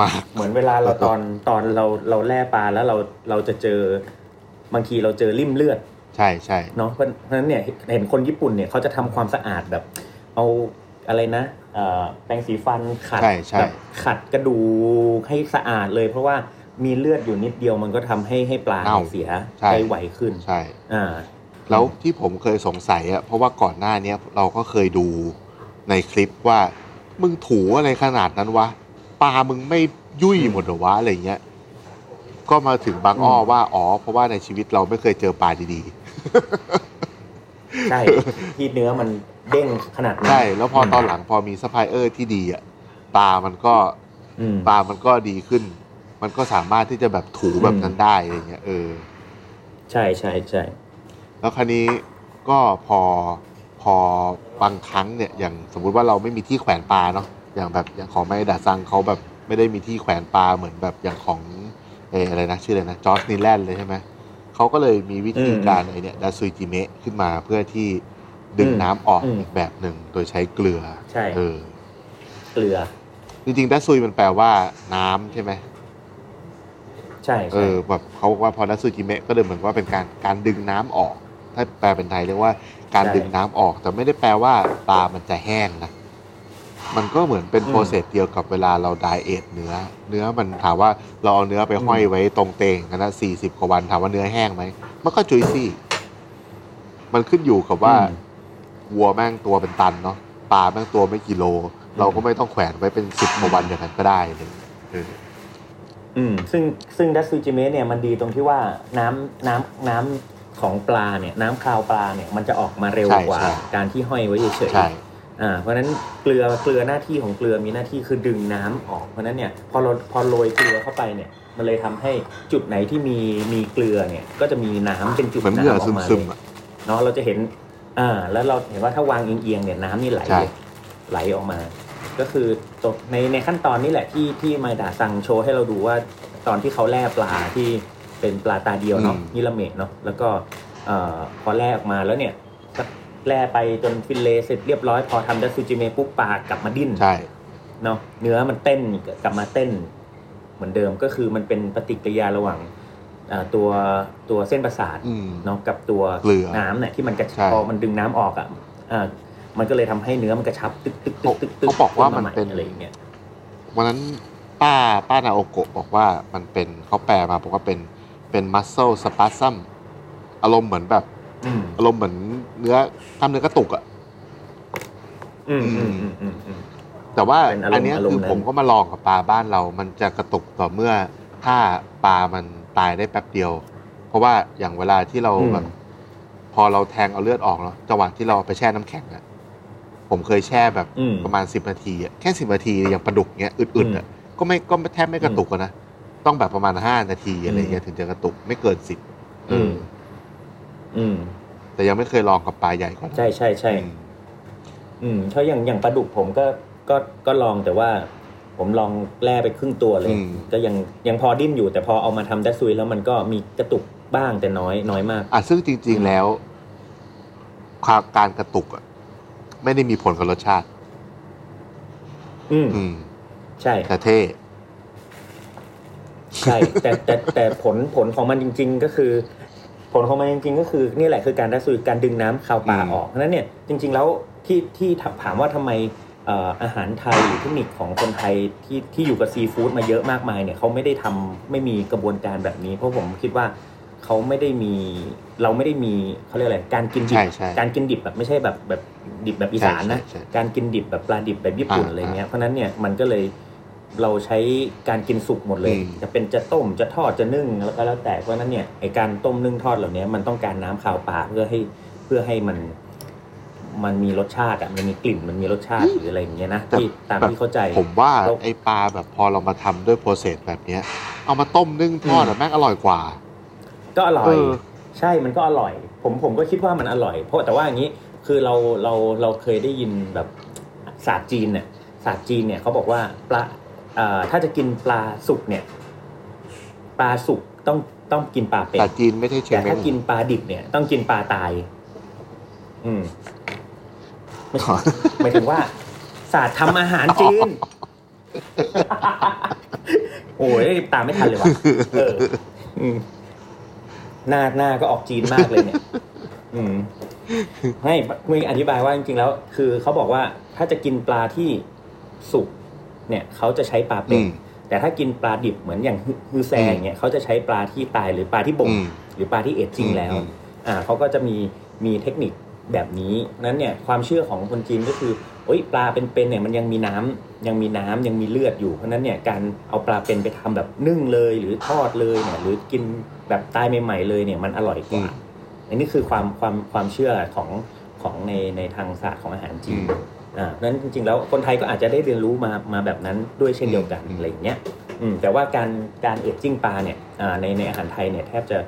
Speaker 4: มาก
Speaker 3: เหมือนเวลาเราตอนตอนเราเราแล่ปลาแล้วเราเราจะเจอ บางทีเราเจอริ่มเลือด
Speaker 4: ๆ ใช่ใช่
Speaker 3: เนาะเพราะเพราะฉะนั้นเนี่ยเห็นคนญี่ปุ่นเนี่ยเขาจะทำความสะอาดแบบ เอาอะไรนะเอ่อแปรงสีฟันขัด
Speaker 4: ใช่ใช่
Speaker 3: แบบขัดกระดูกให้สะอาดเลย เพราะว่ามีเลือดอยู่นิดเดียวมันก็ทำให้ให้ปลา
Speaker 4: เน่า
Speaker 3: เสีย
Speaker 4: ใช่
Speaker 3: ได้ไวขึ้น
Speaker 4: ใช่
Speaker 3: อ่า
Speaker 4: แล้วที่ผมเคยสงสัยอะเพราะว่าก่อนหน้าเนี้ยเราก็เคยดูในคลิปว่า มึงถูอะไรขนาดนั้นวะปลามึงไม่ยุ่ยหมดเหรอวะอะไรเงี้ย ก็มาถึงบางอ้อ
Speaker 3: อืม
Speaker 4: ว่า อ๋อ เพราะว่าในชีวิตเราไม่เคยเจอปลาดี
Speaker 3: ใช่ ที่เนื้อมันเด้งขนาด
Speaker 4: ๆ
Speaker 3: นั้น
Speaker 4: ใช่ แล้วพอตอนหลังพอมีซัพพลายเออร์ที่ดีอะปลามันก็
Speaker 3: อืม
Speaker 4: ปลามันก็ดีขึ้น มันก็สามารถที่จะแบบถูแบบนั้นได้อะไรเงี้ยเออ
Speaker 3: ใช่ใช่ใช่
Speaker 4: แล้วคราวนี้ก็พอพอบางครั้งเนี่ยอย่างสมมุติว่าเราไม่มีที่แขวนปลาเนาะอย่างแบบอย่างของไม่ดาซังเขาแบบไม่ได้มีที่แขวนปลาเหมือนแบบอย่างของเอออะไรนะชื่ออะไรนะจอร์จนิแลนด์เลยใช่ไหมเขาก็เลยมีวิธีการไอเนี่ยดาซุยจิเมะขึ้นมาเพื่อที่ดึงน้ำออกอีกแบบหนึ่งโดยใช้เกลือ
Speaker 3: ใช่
Speaker 4: เออ
Speaker 3: เกลือ
Speaker 4: จริงๆดาซุยมันแปลว่าน้ำใช่ไหม
Speaker 3: ใช่
Speaker 4: เอ
Speaker 3: ใช่
Speaker 4: อแบบเขาบอกว่าพอนัตสึจิเมะก็เลยเหมือนว่าเป็นการการดึงน้ำออก ถ้าแปลเป็นไทยเรียกว่าการดึงน้ำออก แต่ไม่ได้แปลว่าปลามันจะแห้งนะ มันก็เหมือนเป็นโปรเซสเดียวกับเวลาเราไดเอทเนื้อ เนื้อมันถามว่าเราเอาเนื้อไปห้อยไว้ตรงเตงกันนะสี่สิบกว่าวันถามว่าเนื้อแห้งไหมมันก็จุยซี่ มันขึ้นอยู่กับว่าวัวแม่งตัวเป็นตันเนาะปลาแม่งตัวไม่กี่โล เราก็ไม่ต้องแขวนไว้เป็นสิบกว่าวันอย่างนั้นก็ได้เลยเออ
Speaker 3: อืมซึ่งซึ่งดัซซูจิเมะเนี่ยมันดีตรงที่ว่าน้ำน้ำน้ำของปลาเนี่ย น้ำคาวปลาเนี่ยมันจะออกมาเร็ว
Speaker 4: ใช่
Speaker 3: กว่า
Speaker 4: ใช่
Speaker 3: การที่ห้อยไว้เฉยๆ
Speaker 4: ใช่
Speaker 3: อ่าเพราะฉะนั้นเกลือเกลือหน้าที่ของเกลือมีหน้าที่คือดึงน้ำออกเพราะฉะนั้นเนี่ยพอเราพอโรยเกลือเข้าไปเนี่ย มันเลยทำให้จุดไหนที่มีมีเกลือเนี่ย ก็จะมีน้ำเป็นจุด
Speaker 4: เหมือนเห
Speaker 3: น้ำ
Speaker 4: งื่อ
Speaker 3: ออกมา
Speaker 4: ซึ
Speaker 3: เล
Speaker 4: ม
Speaker 3: ย
Speaker 4: ๆอะ
Speaker 3: เนาะเราจะเห็นอ่าแล้วเราเห็นว่าถ้าวางเอียงๆเนี่ยน้ำนี่ไหล
Speaker 4: ใช่
Speaker 3: เลยไหลออกมา ก็คือตกในในขั้นตอนนี้แหละที่ที่ไมดาซังโชว์ให้เราดูว่าตอนที่เขาแล่ปลาที่เป็นปลาตาเดียวเนาะ
Speaker 4: อืม
Speaker 3: ยิราเมะเนาะแล้วก็เอ่อพอแล่ออกมาแล้วเนี่ย แล่ไปจนฟินเลเสร็จเรียบร้อยพอทำดัซซูจิเมะปุ๊บปลากลับมาดิ้น
Speaker 4: ใช่
Speaker 3: เนาะเนื้อมันเต้นกลับมาเต้น เหมือนเดิมก็คือมันเป็นปฏิกิริยาระหว่างอ่าตัวตัวเส้นประสาท
Speaker 4: อืม
Speaker 3: เนาะกับตัว
Speaker 4: เกลือ
Speaker 3: น้ำเนี่ยที่มันกระชับ
Speaker 4: ใช่
Speaker 3: พอมันดึงน้ำออกอ่ะอ่ามันก็เลยทำให้เนื้อมันกระชับตึกตึกตึ
Speaker 4: เขา
Speaker 3: กตึกตึ
Speaker 4: เขาบอกว่ามัน
Speaker 3: ขึ้
Speaker 4: เป็น
Speaker 3: มาใหอะไรอย่างเงี้ย
Speaker 4: วันนั้นป้าป้านาโอโกะบอกว่ามันเป็นเขาแปลมาบอกว่าเป็นเป็นมัสเซลสปาซัมอารมณ์เหมือนแบบ
Speaker 3: อืม
Speaker 4: อารมณ์เหมือนเนื้อกล้ามเนื้อกระตุกอะ
Speaker 3: อืมอืมอืมอืมอืม
Speaker 4: แต่ว่า
Speaker 3: เป็นอารมณ์
Speaker 4: อันเนี้ย
Speaker 3: อารมณ์
Speaker 4: คือ
Speaker 3: นั้น
Speaker 4: ผมก็มาลองกับปลาบ้านเรา มันจะกระตุกต่อเมื่อถ้าปลามันตายได้แป๊บเดียว เพราะว่าอย่างเวลาที่เราแบบพอเราแทงเอาเลือดออกเนาะจังหวะที่เราเอาไปแช่น้ำแข็งอะผมเคยแช่แบบ
Speaker 3: อืม
Speaker 4: ประมาณ 10 นาทีอะแค่ 10 นาทีอย่างปลาดุกเงี้ยอึดๆอะก็ไม่ก็แทบไม่กระตุกอะนะต้องแบบประมาณ 5 นาทีอะไรเงี้ยถึงจะกระตุกไม่เกิน 10เออ
Speaker 3: ม อืม
Speaker 4: แต่ยังไม่เคยลองกับปลาใหญ่ก่อน
Speaker 3: ใช่ใช่ใช่ อืมถ้าอย่างอย่างปลาดุกผมก็ก็ก็ลองแต่ว่า ผมลองแล่ไปครึ่งตัวเลย ก็ยังยังพอดิ้นอยู่ แต่พอเอามาทำแดซุยแล้วมันก็มีกระตุกบ้างแต่น้อยน้อยมาก
Speaker 4: อ่ะซึ่งจริง ๆแล้วความการกระตุกอะไม่ได้มีผลกับรสชาติ
Speaker 3: อืม
Speaker 4: อืม
Speaker 3: ใช่
Speaker 4: แต่เท่
Speaker 3: ใช่แต่แต่แต่แต่ผลผลของมันจริง ๆ ก็คือ ผลของมันจริง ๆ ก็คือนี่แหละคือการแดซุยการดึงน้ำคาวปลาออกเพราะฉะนั้นเนี่ยจริง ๆ แล้วที่ที่ถถามว่าทำไมเอ่ออาหารไทยหรือเทคนิคของคนไทยที่ที่อยู่กับซีฟู้ดมาเยอะมากมายเนี่ยเขาไม่ได้ทำไม่มีกระบวนการแบบนี้ เพราะผมคิดว่า เขาไม่ได้มีเราไม่ได้มีเขาเรียกอะไรการกินดิบ
Speaker 4: ใช่ใช่
Speaker 3: การกินดิบแบบไม่ใช่แบบแบบดิบแบบอีสานนะ
Speaker 4: ใช่ใช่ใช่
Speaker 3: การกินดิบแบบปลาดิบแบบญี่ปุ่น
Speaker 4: อ่า
Speaker 3: อะไรเงี้ยเพราะฉะนั้นเนี่ยมันก็เลย เราใช้การกินสุกหมดเลย
Speaker 4: อืม
Speaker 3: จะเป็นจะต้มจะทอดจะนึ่งแล้วก็แล้วแต่เพราะฉะนั้นเนี่ยไอการต้มนึ่งทอดเหล่านี้มันต้องการน้ำขาวปลาเพื่อให้เพื่อให้มัน มันมีรสชาติอะมันมีกลิ่นมันมีรสชาติหรืออะไรอย่างเงี้ยนะที่ตามที่เข้าใจ
Speaker 4: ผมว่า
Speaker 3: เรา
Speaker 4: ไอปลาแบบพอเรามาทำด้วยโปรเซสแบบเนี้ย เอามาต้มนึ่งทอด
Speaker 3: อืม
Speaker 4: อะแม่งอร่อยกว่า
Speaker 3: ก็อร่อ
Speaker 4: เอย อ
Speaker 3: ใช่มันก็อร่อย ผมผมก็คิดว่ามันอร่อย เพราะแต่ว่าอย่างนี้คือเราเราเราเคยได้ยินแบบศาสตร์จีนเนี่ยศาสตร์จีนเนี่ยเขาบอกว่าปลาเอ่อถ้าจะกินปลาสุกเนี่ย ปลาสุกต้องต้องกินปลาเป็ด
Speaker 4: แต่จีนไม่ใช่เชีย
Speaker 3: แต่
Speaker 4: งใหม่
Speaker 3: ถ้ากินปลาดิบเนี่ย ต้องกินปลาตาย อืม ไม่ใช่หมายถึงว่า ศาสตร์ทำอาหารจีน โอ้ยตามไม่ทันเลยว่ะเอออืมหน้าหน้าก็ออกจีนมากเลยเนี่ย อืมให้มึงอธิบายว่าจริงๆแล้ว คือเขาบอกว่าถ้าจะกินปลาที่สุกเนี่ยเขาจะใช้ปลาเป็
Speaker 4: อื
Speaker 3: น
Speaker 4: ม
Speaker 3: แต่ถ้ากินปลาดิบเหมือนอย่างฮืฮือแซง
Speaker 4: อืม
Speaker 3: เนี่ยเขาจะใช้ปลาที่ตายหรือปลาที่บ่ม
Speaker 4: อืม
Speaker 3: หรือปลาที่เอจจริงแล้ว
Speaker 4: อืม
Speaker 3: อ่าเขาก็จะมีมีเทคนิคแบบนี้นั้นเนี่ยความเชื่อของคนจีนก็คือโอ้ยปลาเป็นๆเนี่ยมันยังมีน้ำยังมีน้ำยังมีเลือดอยู่เพราะฉะนั้นเนี่ยการเอาปลาเป็นไปทำแบบนึ่งเลยหรือทอดเลยเนี่ยหรือกินแบบตายใหม่ๆเลยเนี่ยมันอร่อยกว่า อันนี้คือความความความเชื่อของของในในทางศาสตร์ของอาหารจีน
Speaker 4: อืม
Speaker 3: อ่าเพราะฉะนั้นจริงๆแล้วคนไทยก็อาจจะได้เรียนรู้มามาแบบนั้นด้วยเช่นเดียวกัน
Speaker 4: อืม
Speaker 3: อะไรอย่างเงี้ยอืมแต่ว่าการการเอจจิ้งปลาเนี่ยอ่าในในอาหารไทยเนี่ยแทบจะ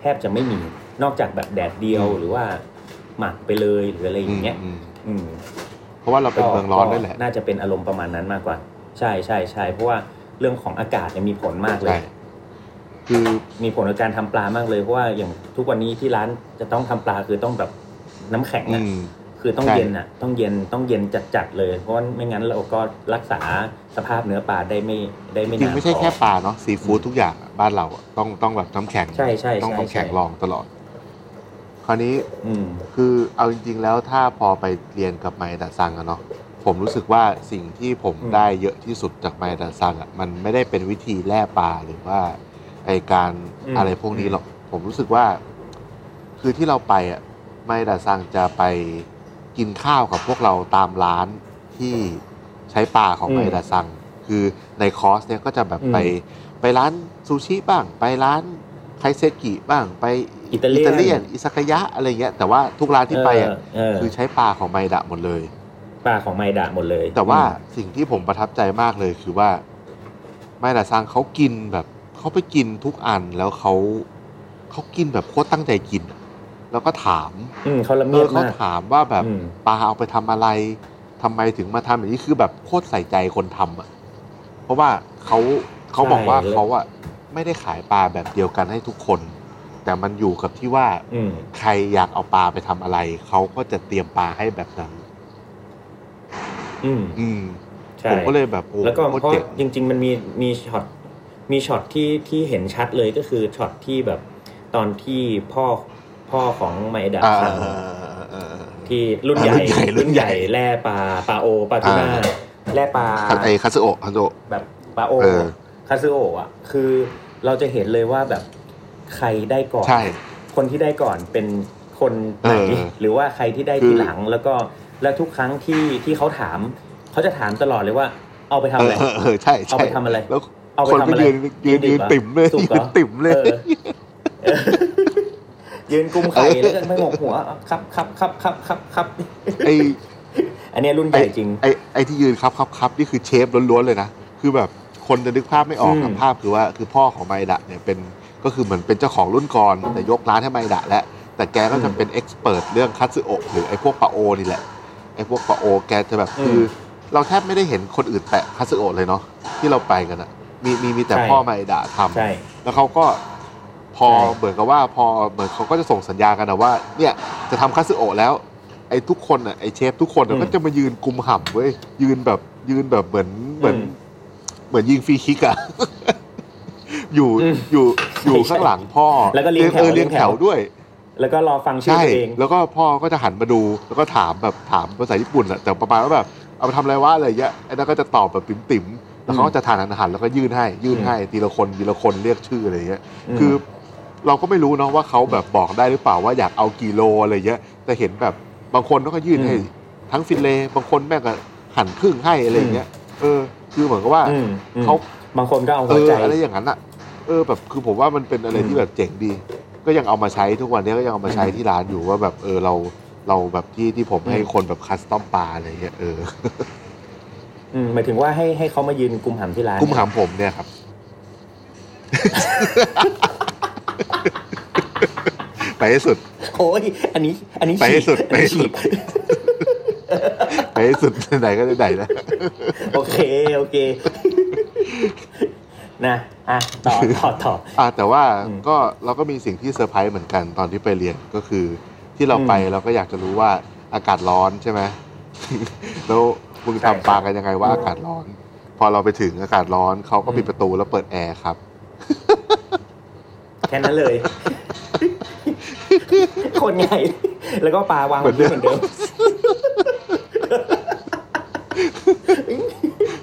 Speaker 3: แทบจะไม่มีนอกจากแบบแดดเดียวหรือว่าหมักไปเลยหรืออะไรอย่างเงี้ย
Speaker 4: อืม
Speaker 3: อืม
Speaker 4: เพราะว่าเราเป็น
Speaker 3: ก็
Speaker 4: เมืองร้อนด้วยแหละ
Speaker 3: ก็น่าจะเป็นอารมณ์ประมาณนั้นมากกว่า ใช่ใช่ใช่เพราะว่าเรื่องของอากาศเนี่ยมีผลมากเล
Speaker 4: ใช่
Speaker 3: ย
Speaker 4: คือ
Speaker 3: มีผลต่อการทำปลามากเลยเพราะว่าอย่างทุกวันนี้ที่ร้านจะต้องทำปลาคือต้องแบบน้ำแข็ง
Speaker 4: อื
Speaker 3: อะ
Speaker 4: ม
Speaker 3: คือต้อง
Speaker 4: ใช่
Speaker 3: เย็นอะต้องเย็นต้องเย็นจัดๆเลย เพราะว่าไม่งั้นเราก็รักษาสภาพเนื้อปลาได้ไม่ได้ไม่
Speaker 4: จริง
Speaker 3: นาน
Speaker 4: ไม่ใช่
Speaker 3: พอ
Speaker 4: แค่ปลาเนาะซีฟู้ดทุกอย่างอะบ้านเราอะต้องต้องแบบน้ำแข็ง
Speaker 3: ใช่ใช่
Speaker 4: ต้อง
Speaker 3: ใช่
Speaker 4: น้ำแข็ง
Speaker 3: ใช่
Speaker 4: รองตลอด คราวนี้
Speaker 3: อืม
Speaker 4: คือเอาจริงๆแล้วถ้าพอไปเรียนกับไมดะซังอะเนาะผมรู้สึกว่าสิ่งที่ผม
Speaker 3: อืม
Speaker 4: ได้เยอะที่สุดจากไมดะซังอะมันไม่ได้เป็นวิธีแล่ปลาหรือว่าไอการอะไรพวกนี้หรอก ผมรู้สึกว่า คือที่เราไปอะไมดะซังจะไปกินข้าวกับพวกเราตามร้านที่ใช้ปลาของไมดะซัง คือในคอร์สเนี่ยก็จะแบบไป ไปร้านซูชิบ้าง ไปร้านไคเซกิบ้างไป
Speaker 3: อิตาเลียน
Speaker 4: เลียน อิซากายะอะไรเงี้ยแต่ว่าทุกร้านที่ไปอ่ะ
Speaker 3: เออเออ
Speaker 4: คือใช้ปลาของไมดะหมดเลย
Speaker 3: ปลาของไมดะหมดเลย
Speaker 4: แต่ว่า
Speaker 3: อืม
Speaker 4: สิ่งที่ผมประทับใจมากเลยคือว่าไมดะซังเขากินแบบเขาไปกินทุกอันแล้วเขาเขากินแบบโคตรตั้งใจกินอะแล้วก็ถาม
Speaker 3: อืมเขาละ
Speaker 4: เอ
Speaker 3: เมีย
Speaker 4: อ
Speaker 3: ด
Speaker 4: เขา
Speaker 3: มาก
Speaker 4: ถามว่าแบบ
Speaker 3: อืม
Speaker 4: ปลาเอาไปทำอะไรทำไมถึงมาทำอย่างนี้คือแบบโคตรใส่ใจคนทำอ่ะเพราะว่าเขาเขาบอกว่า
Speaker 3: ใช่แล้ว
Speaker 4: เขาอ่ะไม่ได้ขายปลาแบบเดียวกันให้ทุกคน แต่มันอยู่กับที่ว่า
Speaker 3: อืม
Speaker 4: ใครอยากเอาปลาไปทำอะไร เขาก็จะเตรียมปลาให้แบบนั้น
Speaker 3: อืม
Speaker 4: อืม
Speaker 3: ใช่
Speaker 4: ผมก็เลยแบบโอ้
Speaker 3: แล้วก็
Speaker 4: โคต
Speaker 3: เพ
Speaker 4: ร
Speaker 3: ราะ
Speaker 4: เจ๋ง
Speaker 3: จริง ๆ มันมีมีช็อตมีช็อตที่ที่เห็นชัดเลยก็คือช็อตที่แบบตอนที่พ่อพ่อของไมเอดะสั่งที่รุ่นใหญ่
Speaker 4: อ่ารุ่นใหญ่รุ่นใหญ่
Speaker 3: แล่ปลาปลาโอปลาทูน่า
Speaker 4: อ่า
Speaker 3: แล่ปลา
Speaker 4: คันไอคัตสึโอะคัตสึโอะ
Speaker 3: แบบปลาโอ
Speaker 4: เออ
Speaker 3: คาซึโอะอ่ะคือเราจะเห็นเลยว่าแบบใครได้ก่อน
Speaker 4: ใช่
Speaker 3: คนที่ได้ก่อนเป็นคนไหน
Speaker 4: เออ
Speaker 3: หรือว่าใครที่ได้
Speaker 4: คื
Speaker 3: ที
Speaker 4: อ
Speaker 3: หลังแล้วก็และทุกครั้งที่ที่เขาถาม เขาจะถามตลอดเลยว่า เอาไปทำ
Speaker 4: เอ
Speaker 3: อะ
Speaker 4: อ
Speaker 3: ไร
Speaker 4: เออเออใช่
Speaker 3: เอา
Speaker 4: ใช่
Speaker 3: ไปทำอะไร
Speaker 4: แล้ว
Speaker 3: เอาไป
Speaker 4: คน
Speaker 3: ทำ
Speaker 4: ก็
Speaker 3: อะไร
Speaker 4: ยืนยืนยืน
Speaker 3: ดิบหรอ
Speaker 4: ติ่มเลย
Speaker 3: สุกหร
Speaker 4: ยื
Speaker 3: อน
Speaker 4: ติ่มเลย
Speaker 3: ออเออ ยืนกุมไข่
Speaker 4: เออ
Speaker 3: แล้วก็ไม่หมกหัวครับครับครับครับครับครับ
Speaker 4: ไอ
Speaker 3: อันเนี้ยรุ่นใหญ่จริง
Speaker 4: ไอไอที่ยืนครับครับครับนี่คือเชฟล้วนๆเลยนะ คือแบบคนจะนึกภาพไม่ออก
Speaker 3: อืม
Speaker 4: กับภาพคือว่าคือพ่อของไมดะเนี่ยเป็นก็คือเหมือนเป็นเจ้าของรุ่นก่อนแต่ยกร้านให้ไมดะแล้วแต่แกก็จะเป็นเอ็กซ์เพรสเรื่องคัตสึโอะหรือไอพวกปลาโอนี่แหละ ไอ้พวกปลาโอแกจะแบบคือ เราแทบไม่ได้เห็นคนอื่นแตะคัตสึโอะเลยเนาะที่เราไปกันอะมีมีมีแต่
Speaker 3: ใช่
Speaker 4: พ่อมาไอดาทำ
Speaker 3: ใช่
Speaker 4: แล้วเขาก็พอ
Speaker 3: ใช่
Speaker 4: เหมือนกับว่าพอเหมือนเขาก็จะส่งสัญญากันนะว่า เนี่ยจะทำคัตสึโอะแล้ว ไอ้ทุกคนอะไอ้เชฟทุกคนอะก็จะมายืนกุมห่ำเว้ยยืนแบบยืนแบบเหมือนเหมือน เหมือนยิงฟรีคิกอะ อยู่
Speaker 3: อืม
Speaker 4: อยู่อยู่
Speaker 3: ใช่
Speaker 4: ข้างหลังพ่อ
Speaker 3: แล้วก็เรียงแถว
Speaker 4: ออเรียง
Speaker 3: เรียง
Speaker 4: แถ
Speaker 3: แถว
Speaker 4: วด้วย
Speaker 3: แล้วก็รอฟังชื่อ
Speaker 4: ใช่
Speaker 3: ตัวเอง
Speaker 4: แล้วก็พ่อก็จะหันมาดูแล้วก็ถามแบบถามภาษาญี่ปุ่นอะแต่ประมาณว่าแบบเอาไปทำอะไรวะอะไรเงี้ยไอ้นั่นก็จะตอบแบบติ๋มติ๋มๆแล้วเขาก็จะทานอาหารแล้วก็ยื่นให้ ยื่นให้ทีละคนทีละคนเรียกชื่ออะไรเงี้ย
Speaker 3: ม
Speaker 4: คือเราก็ไม่รู้เนาะว่าเขาแบบบอกได้หรือเปล่าว่าอยากเอากี่โลอะไรเงี้ยแต่เห็นแบบบางคนเขาก็ยื่นให้
Speaker 3: อืม
Speaker 4: ทั้งฟินเลย์บางคนแม่งก็หั่นครึ่งให้อะไรเงี้ย เออ คือเหมือนกับว่า
Speaker 3: อืมอืม
Speaker 4: เขา
Speaker 3: บางคนก็เอา
Speaker 4: เอ
Speaker 3: หัว
Speaker 4: อ
Speaker 3: ใจ
Speaker 4: อะไรอย่างนั้นอ่ะ เออแบบคือผมว่ามันเป็นอะไร
Speaker 3: อืม
Speaker 4: ที่แบบเจ๋งดี ก็ยังเอามาใช้ทุกวันนี้ก็ยังเอามาใช้
Speaker 3: อืม
Speaker 4: ที่ร้านอยู่ว่าแบบเออเราเราแบบที่ที่ผม
Speaker 3: อืม
Speaker 4: ให้คนแบบคัสตอมปลาอะไรเงี้ยเออ
Speaker 3: อืมหมายถึงว่าให้ให้เขามายืนกุมหำที่ร้าน
Speaker 4: กุ้มหำผมเนี่ยครับ ไปให้สุด
Speaker 3: โอ้ยอันนี้ อันนี้
Speaker 4: ไปให้สุด
Speaker 3: อันนี้ฉีก
Speaker 4: ไปให้ ไปให้สุด ไหนก็ได้ไหนแล้ว
Speaker 3: โอเค โอเค นะ อ่ะ ต่อ ต่อ ต่อ
Speaker 4: อ่าแต่ว่า
Speaker 3: อืม
Speaker 4: ก็เราก็มีสิ่งที่เซอร์ไพรส์เหมือนกันตอนที่ไปเรียนก็คือ ที่เรา
Speaker 3: อืม
Speaker 4: ไปเราก็อยากจะรู้ว่าอากาศร้อนใช่ไหม แล้วมึง
Speaker 3: ใช่ครับ
Speaker 4: ทำปลากันยังไงว่าอากาศร้อน พอเราไปถึงอากาศร้อนเขาก็
Speaker 3: อืม
Speaker 4: ปิดประตูแล้วเปิดแอร์ครับ
Speaker 3: แค่นั้นเลย คนใหญ่ แล้วก็ปลาวาง
Speaker 4: เหมือนเดิ
Speaker 3: ไว้เหมื
Speaker 4: ม
Speaker 3: อนเดิม
Speaker 4: คือ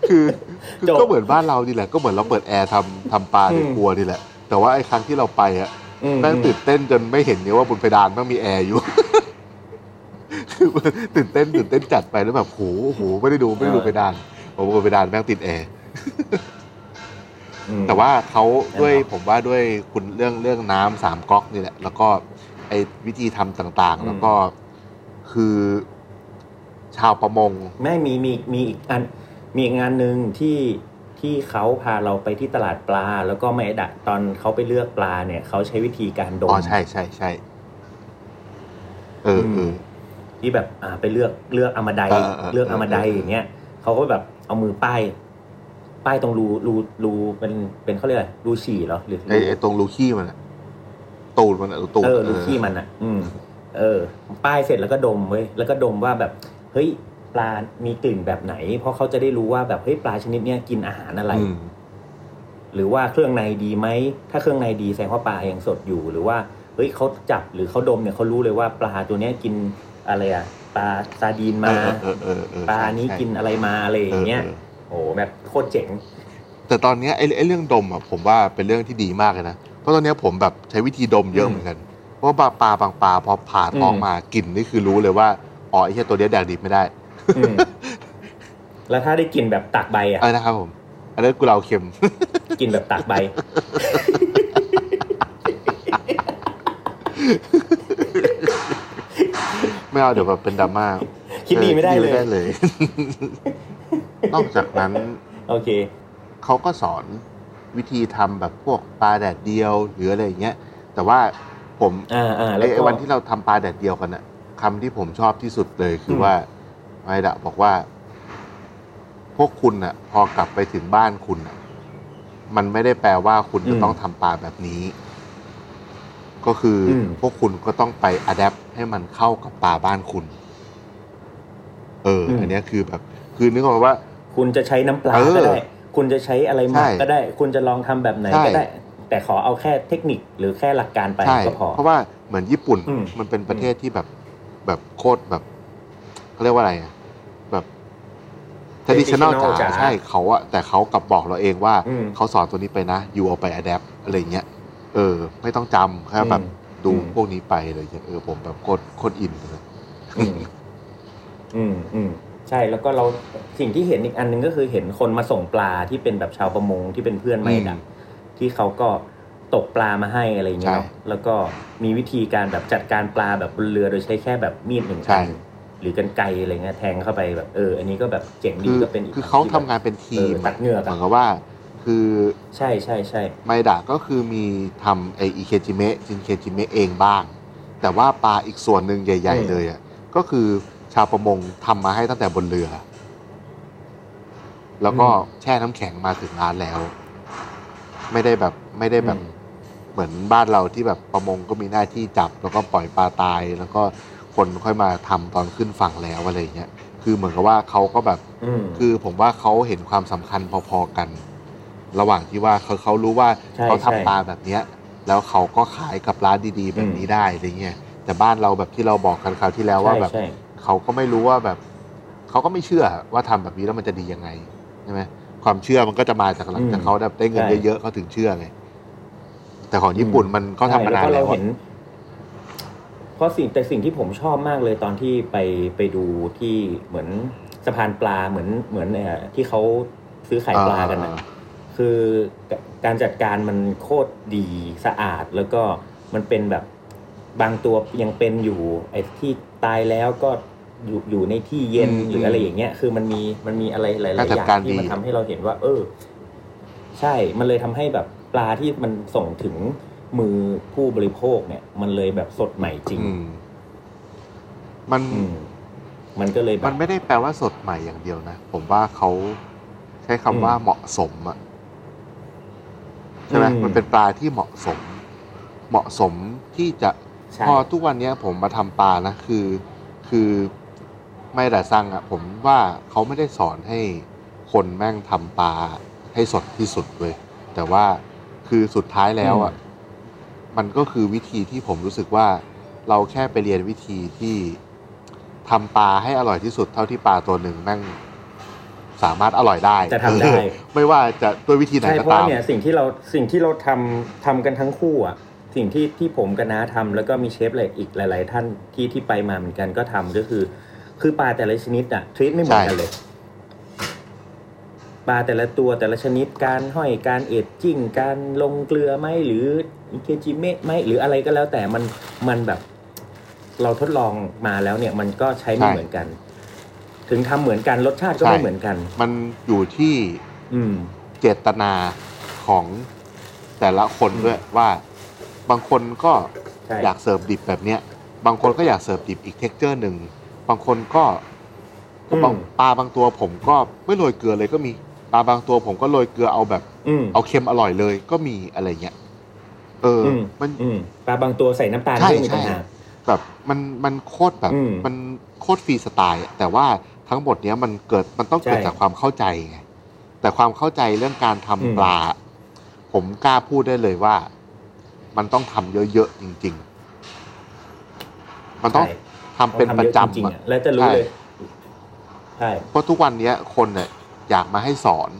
Speaker 4: คือ
Speaker 3: จบ
Speaker 4: ก็เหมือนบ้านเรานี่แหละก็เหมือนเราเปิดแอร์ทำทำปลาใน
Speaker 3: อืม
Speaker 4: ครัวนี่แหละ แต่ว่าไอ้ครั้งที่เราไปอ่ะ
Speaker 3: อืม
Speaker 4: แม่งตื่นเต้นจนไม่เห็นเนี่ยว่าบนเพดานแมันมีแอร์อยู่ คือตื่นเต้นตื่นเต้นจัดไปแล้วแบบโหโหไม่ได้ดูไม่ได้ดูเพดานผมบนเพดานแม่งติดแอร์
Speaker 3: อืม
Speaker 4: แต่ว่าเขาด้วย
Speaker 3: นะครับ
Speaker 4: ผมว่าด้วยคุณเรื่องเรื่องน้ำสามก๊อกนี่แหละ แล้วก็ไอ้วิธีทำต่าง
Speaker 3: อื
Speaker 4: ๆ
Speaker 3: ม
Speaker 4: แล้วก็คือชาวประมง
Speaker 3: ไม่มีมีมีอีกอันมีอีกงานหนึ่งที่ที่เขาพาเราไปที่ตลาดปลา แล้วก็ไมไอ้ดะตอนเขาไปเลือกปลาเนี่ยเขาใช้วิธีการดม
Speaker 4: อ๋อใช่ใช่ใช่เออเอ
Speaker 3: อืม
Speaker 4: อ
Speaker 3: ที่แบบอ่าไปเลือกเลือกอามาได
Speaker 4: เออเออ
Speaker 3: เลือก
Speaker 4: เออ
Speaker 3: อามาได
Speaker 4: เอออ
Speaker 3: อย่างเงี้ยเขาก็แบบเอามือป้ายป้ายตรงรูรูรูเป็นเป็นเขาเรียกอะไรรูฉี่เหรอหรือ
Speaker 4: ไอ้ไอ้ตรงลูขี้มันอะตูดมันอะตูด
Speaker 3: เออรู
Speaker 4: เออ
Speaker 3: ขี้มันอ่ะ อืม เออ ป้ายเสร็จแล้วก็ดมเว้ยแล้วก็ดมว่าแบบเฮ้ยปลา มีกลิ่นแบบไหน เพราะเขาจะได้รู้ว่าแบบเฮ้ยปลาชนิดเนี้ยกินอาหารอะไร
Speaker 4: อืม
Speaker 3: หรือว่าเครื่องในดีไหม ถ้าเครื่องในดีแสดงว่าปลายังสดอยู่ หรือว่า เฮ้ยเขาจับหรือเขาดมเนี่ยเขารู้เลยว่าปลาตัวเนี้ยกินอะไรอะปลาซาดีนมา
Speaker 4: เออเออเออเออ
Speaker 3: ปลานี้
Speaker 4: ใช่ใช่
Speaker 3: กินอะไรมาอะไรอย่างเงี้ย
Speaker 4: เออเออ
Speaker 3: โอ้โหแบบโคตร เจ๋ง
Speaker 4: แต่ตอนเนี้ยไอ้ไอ้เรื่องดมอ่ะผมว่าเป็นเรื่องที่ดีมากเลยนะ เพราะตอนเนี้ยผมแบบใช้วิธีดมเยอะ
Speaker 3: อืม
Speaker 4: เหมือนกัน เพราะว่าปลาปลาบางปลาพอผ่าท้อง
Speaker 3: อืม
Speaker 4: มากลิ่นนี่คือรู้เลยว่าอ๋อไอ้เหี้ยตัวเนี้ยแดกดิบไม่ได้
Speaker 3: อืมแล้วถ้าได้กลินแบบตากใบอะ
Speaker 4: เออนะครับผม อันนั้นกุเลาเค็ม
Speaker 3: กลินแบบตากใบ
Speaker 4: ไม่เอาเดี๋ยวแบบเป็นดราม่า
Speaker 3: คิดดีไม่ได้
Speaker 4: ออ
Speaker 3: เลย
Speaker 4: คิเลย นอกจากนั้น
Speaker 3: โอเค
Speaker 4: เขาก็สอนวิธีทำแบบพวกปลาแดดเดียวหรืออะไรอย่างเงี้ย แต่ว่าผม
Speaker 3: อ่าอ่า
Speaker 4: ไอ้
Speaker 3: แล้วก็
Speaker 4: ไอ้วันที่เราทำปลาแดดเดียวกันน่ะคำที่ผมชอบที่สุดเลยคืออ
Speaker 3: ม
Speaker 4: ว่าไอ้ดะบอกว่า พวกคุณน่ะ พอกลับไปถึงบ้านคุณน่ะ มันไม่ได้แปลว่าคุณจะต้องทำปลาแบบนี้ ก็คืออ
Speaker 3: ม
Speaker 4: พวกคุณก็ต้องไปอัดแอปให้มันเข้ากับปลาบ้านคุณ เอออ
Speaker 3: ม
Speaker 4: อันเนี้ยคือแบบคือนึกออกไหมว่า
Speaker 3: คุณจะใช้น้ำปลา
Speaker 4: เออ
Speaker 3: ก็ได้ คุณจะใช้อะไรหมัก
Speaker 4: ใช่
Speaker 3: ก็ได้ คุณจะลองทำแบบไหน
Speaker 4: ใช่
Speaker 3: ก็ได้ แต่ขอเอาแค่เทคนิคหรือแค่หลักการไป
Speaker 4: ใช่
Speaker 3: ก็พอ
Speaker 4: เพราะว่าเหมือนญี่ปุ่น
Speaker 3: อืม
Speaker 4: มันเป็นประเทศที่แบบแบบโคตรแบบเขาเรียกว่าอะไรอะแบบ traditional
Speaker 3: traditional จ๋า
Speaker 4: จ๋าใช่เขาอะแต่เขากลับบอกเราเองว่า
Speaker 3: อืม
Speaker 4: เขาสอนตัวนี้ไปนะอยู่เอาไปอัดแอปอะไรเงี้ยเออ ไม่ต้องจำแค่แบบ
Speaker 3: อืม
Speaker 4: ดู
Speaker 3: อืม
Speaker 4: พวกนี้ไปเลยเออผมแบบโคตรโคตรอินเลย
Speaker 3: อืม อืมอืมใช่แล้วก็เราสิ่งที่เห็นอีกอันหนึงก็คือเห็นคนมาส่งปลาที่เป็นแบบชาวประมงที่เป็นเพื่อนไม่ดั
Speaker 4: อืม
Speaker 3: งที่เขาก็ตกปลามาให้อะไรอย่างเงี้ยเน
Speaker 4: ใช่
Speaker 3: อะแล้วก็มีวิธีการแบบจัดการปลาแบบบนเรือโดยใช้แค่แบบมีดหนึ่ง
Speaker 4: ใช่
Speaker 3: อันหรือกันไกรอะไรเงี้ยแทงเข้าไปแบบเออ อันนี้ก็แบบเจ๋งดี
Speaker 4: คือ
Speaker 3: ก็เป็นอีก
Speaker 4: คือเขา
Speaker 3: แบบ
Speaker 4: ทำงานเป็นทีม
Speaker 3: เออตัดเหงื่อกัน
Speaker 4: เหมือนกับว่า คือ
Speaker 3: ใช่ใช่ใช่
Speaker 4: ไมดะก็คือมีทำไออิเคจิเมะจินเคจิเมะเองบ้าง แต่ว่าปลาอีกส่วนหนึ่งใหญ่ ๆ เลยอ่ะก็คือชาวประมงทำมาให้ตั้งแต่บนเรือ แล้วก็แช่น้ำแข็งมาถึงร้านแล้ว ไม่ได้แบบไม่ได้แบบ
Speaker 3: อืม
Speaker 4: เหมือนบ้านเราที่แบบประมงก็มีหน้าที่จับ แล้วก็ปล่อยปลาตาย แล้วก็คนค่อยมาทำตอนขึ้นฝั่งแล้วอะไรอย่างเงี้ยคือเหมือนกับว่าเขาก็แบบ
Speaker 3: อืม
Speaker 4: คือผมว่าเขาเห็นความสำคัญพอๆกัน ระหว่างที่ว่าเขาเขารู้ว่า
Speaker 3: ใช่
Speaker 4: เขาทำ
Speaker 3: ใช่
Speaker 4: ปลาแบบเนี้ย แล้วเขาก็ขายกับร้านดีๆ แบบนี้ได้อะไรเงี้ยแต่บ้านเราแบบที่เราบอกกันคราวที่แล้วว่า
Speaker 3: ใช่
Speaker 4: แบบ
Speaker 3: ใช่
Speaker 4: เขาก็ไม่รู้ว่าแบบเขาก็ไม่เชื่อว่าทำแบบนี้แล้วมันจะดียังไงใช่ไหมความเชื่อมันก็จะมาจากหลังจาก
Speaker 3: อืม
Speaker 4: เขาแบบได้เงิน
Speaker 3: ใช่
Speaker 4: เยอะๆเขาถึงเชื่อไงแต่ของญี่ปุ่นมันก็ทำมา
Speaker 3: ใช่
Speaker 4: นาน
Speaker 3: ก็
Speaker 4: แล้
Speaker 3: เรา
Speaker 4: วอะ
Speaker 3: เห็น เพราะสิ่งแต่สิ่งที่ผมชอบมากเลยตอนที่ไปไปดูที่เหมือน สะพานปลาเหมือนเหมือนเอ่อที่เขาซื้อขายปลากันนะ
Speaker 4: อ่า
Speaker 3: คือการจัดการมันโคตรดีสะอาดแล้วก็มันเป็นแบบบางตัวยังเป็นอยู่ไอ้ที่ตายแล้วก็อยู่อยู่ในที่เย็น
Speaker 2: อืม
Speaker 3: หรืออะไรอย่างเงี้ยคือมันมีมันมีอะไรหลายๆ
Speaker 4: กา
Speaker 3: อ
Speaker 4: รจัด
Speaker 3: ย่าง
Speaker 4: การ
Speaker 3: ที่มัน
Speaker 4: ดี
Speaker 3: ทำให้เราเห็นว่า เออ ใช่มันเลยทำให้แบบปลาที่มันส่งถึงมือผู้บริโภคเนี่ย มันเลยแบบสดใหม่จริง
Speaker 4: อืมมัน
Speaker 3: อืมมันก็เลยแบ
Speaker 4: มั
Speaker 3: บ
Speaker 4: นไม่ได้แปลว่าสดใหม่อย่างเดียวนะ ผมว่าเขาใช้คำว่า
Speaker 3: อืม
Speaker 4: เหมาะสมอะใช่ไหม
Speaker 3: อืม
Speaker 4: มันเป็นปลาที่เหมาะสม เหมาะสมที่จะ
Speaker 3: ใช่
Speaker 4: พอทุกวันเนี้ย ผมมาทำปลานะคือ คือไม่แต่สั่งอะผมว่าเขาไม่ได้สอนให้คนแม่งทำปลาให้สดที่สุดเลยแต่ว่าคือสุดท้ายแล้วอะมันก็คือวิธีที่ผมรู้สึกว่า เราแค่ไปเรียนวิธีที่ทำปลาให้อร่อยที่สุดเท่าที่ปลาตัวหนึ่งแม่งสามารถอร่อยได้
Speaker 3: จะทำได้
Speaker 4: เออไม่ว่าจะด้วยวิธีไหน
Speaker 3: ใช่
Speaker 4: ก็
Speaker 3: เพราะ
Speaker 4: ตาม
Speaker 3: เนี่ยสิ่งที่เราสิ่งที่เราทำทำกันทั้งคู่อ่ะสิ่งที่ที่ผมกับน้าทำแล้วก็มีเชฟอะไรอีกหลาย ๆ ท่านที่ที่ไปมาเหมือนกันก็ทำก็คือ คือปลาแต่ละชนิดอ่ะทรีตไม่เหมือนกันเลยปลาแต่ละตัวแต่ละชนิดการห้อยการเอ็ดจิ้งการลงเกลือไหมหรือเคจิเมะไหมหรืออะไรก็แล้วแต่มันมันแบบ เราทดลองมาแล้วเนี่ย มันก็ใช้ไม่
Speaker 4: ใช่
Speaker 3: เหมือนกัน ถึงทำเหมือนกันรสชาติก็ไม่
Speaker 4: ใช่
Speaker 3: เหมือนกัน
Speaker 4: มันอยู่ที่
Speaker 3: อืม
Speaker 4: เจตนาของแต่ละคน
Speaker 3: อืม
Speaker 4: ด้วยว่า บางคนก็
Speaker 3: ใช่
Speaker 4: อยากเสิร์ฟดิบแบบเนี้ย บางคนก็อยากเสิร์ฟดิบอีกเท็กเจอร์หนึ่งบางคนก็บางปลาบางตัวผมก็ไม่โรยเกลือเลยก็มีปลาบางตัวผมก็โรยเกลือเอาแบบ
Speaker 3: อืม
Speaker 4: เอาเค็มอร่อยเลยก็มีอะไรเงี้ย เอออ
Speaker 3: ม
Speaker 4: มัน
Speaker 3: อืมปลาบางตัวใส่น้ำตาล
Speaker 4: ใช่
Speaker 3: ด้วยมี
Speaker 4: ใช่
Speaker 3: ปัญหาก
Speaker 4: แบบมันมันโคตรแบบ
Speaker 3: อืม
Speaker 4: มันโคตรฟรีสไตล์อะแต่ว่าทั้งหมดเนี้ยมันเกิดมันต้องเกิด
Speaker 3: ใช่
Speaker 4: จากความเข้าใจไงแต่ความเข้าใจเรื่องการทำ
Speaker 3: อืม
Speaker 4: ปลา ผมกล้าพูดได้เลยว่า มันต้องทำเยอะๆจริง ๆ มันต้อง
Speaker 3: ใช่
Speaker 4: ทำเป็น
Speaker 3: ต้อง
Speaker 4: ประ
Speaker 3: ย
Speaker 4: จำ
Speaker 3: อจริงๆ
Speaker 4: อะ
Speaker 3: อะแล้วจะรู้
Speaker 4: ใช่
Speaker 3: เลยใช่
Speaker 4: เพราะทุกวันเนี้ยคนเนี่ยอยากมาให้สอน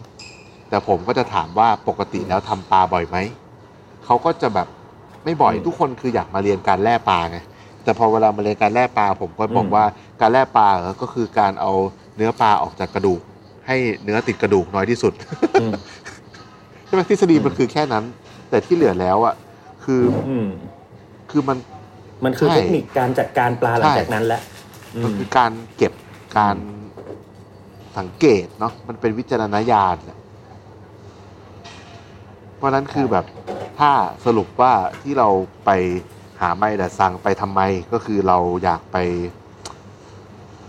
Speaker 4: แต่ผมก็จะถามว่าปกติแล้วทำปลาบ่อยไหม เขาก็จะแบบไม่บ่อยทุกคนคืออยากมาเรียนการแล่ปลาไงแต่พอเวลามาเรียนการแล่ปลาผมก็บอกว่าการแล่ปลาเหรอก็คือการเอาเนื้อปลาออกจากกระดูก ให้เนื้อติดกระดูกน้อยที่สุด
Speaker 3: อืม
Speaker 4: ใช่ไหมทฤษฎีมัน
Speaker 3: อืม
Speaker 4: คือแค่นั้น แต่ที่เหลือแล้วอ่ะคือ
Speaker 3: อืม
Speaker 4: คือมัน
Speaker 3: มันคือ
Speaker 4: ใช่
Speaker 3: เทคนิคการจัดการปลาหลัง
Speaker 4: ใช่
Speaker 3: จากนั้นแหละอื
Speaker 4: มัน
Speaker 3: ม
Speaker 4: คือการเก็บการสังเกตเนาะมันเป็นวิจารณญาณน่ะเพราะฉะนั้นคือแบบถ้าสรุปว่าที่เราไปหาไม่แต่สั่งไปทำไมก็คือเราอยากไป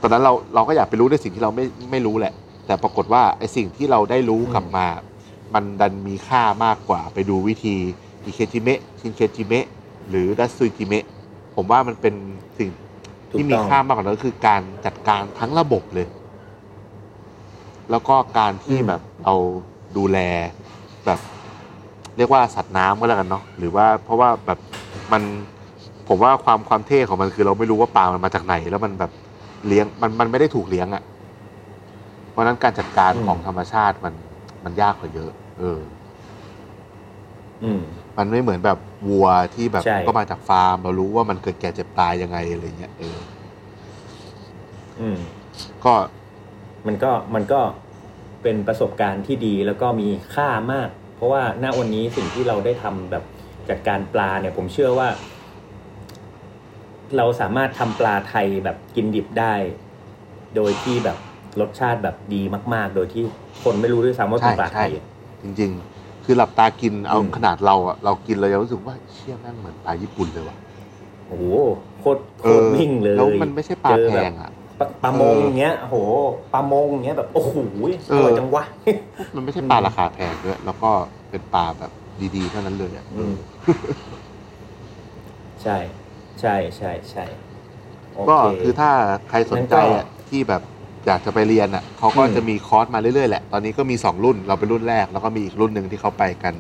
Speaker 4: ตอนนั้นเราเราก็อยากไปรู้ในสิ่งที่เราไม่ไม่รู้แหละ แต่ปรากฏว่าไอสิ่งที่เราได้รู้
Speaker 3: อืม
Speaker 4: กลับมา มันดันมีค่ามากกว่าไปดูวิธีอิเคจิเมะชินเคจิเมะหรือดัตซุจิเมะผมว่ามันเป็นสิ่ง
Speaker 3: ถูก
Speaker 4: ที่มี
Speaker 3: ต้อง
Speaker 4: ค่ามากกว่านั้นก็คือการจัดการทั้งระบบเลย แล้วก็การที่
Speaker 3: อืม
Speaker 4: แบบเราดูแลแบบ เรียกว่าสัตว์น้ำก็แล้วกันเนาะหรือว่าเพราะว่าแบบมันผมว่าความความเท่ของมันคือเราไม่รู้ว่าปลามันมาจากไหน แล้วมันแบบเลี้ยงมันมันไม่ได้ถูกเลี้ยงอะ่ะ เพราะฉะนั้นการจัดการของธรรมชาติมันมันยากกว่าเยอะ เออ
Speaker 3: อืม
Speaker 4: มันไม่เหมือนแบบวัวที่แบบ
Speaker 3: ใช่
Speaker 4: ก็มาจากฟาร์ม เรารู้ว่ามันเกิดแก่เจ็บตายยังไงอะไรเงี้ยเออ
Speaker 3: อืม
Speaker 4: ก็
Speaker 3: มันก็มันก็เป็นประสบการณ์ที่ดีแล้วก็มีค่ามาก เพราะว่าณวันนี้สิ่งที่เราได้ทำแบบจัดการปลาเนี่ย ผมเชื่อว่า เราสามารถทำปลาไทยแบบกินดิบได้ โดยที่แบบรสชาติแบบดีมาก ๆ โดยที่คนไม่รู้ด้วยซ้ำว่าเป็นปลาไทย
Speaker 4: จริงๆ คือหลับตากินเอา
Speaker 3: อืม
Speaker 4: ขนาดเราอะเรากินเรายังรู้สึกว่าเชี่ยแม่งเหมือนปลาญี่ปุ่นเลยว่ะ
Speaker 3: โอ้โหโคตรโคตรวิ่งเลย
Speaker 4: แล้วมันไม่ใช่ปลา
Speaker 3: เจอ
Speaker 4: แพ
Speaker 3: บบ
Speaker 4: งอะ
Speaker 3: ปลาปลามงเงี้ยโอ้โหปลามงเงี้ยแบบโอ้โหอร่อยจังวะ
Speaker 4: มันไม่ใช่ปลาราคาแพงด้วย แล้วก็เป็นปลาแบบดีๆ เท่านั้นเลยอะ
Speaker 3: อืม ใช่ ใช่ใช่ใช่โเ
Speaker 4: ก็คือถ้าใครสนใจอะที่แบบอยากจะไปเรียนอะเขาก็
Speaker 3: อืม
Speaker 4: จะมีคอร์สมาเรื่อยๆแหละ ตอนนี้ก็มี 2 รุ่นเราเป็นรุ่นแรก แล้วก็มีอีกรุ่นหนึ่งที่เขาไปกัน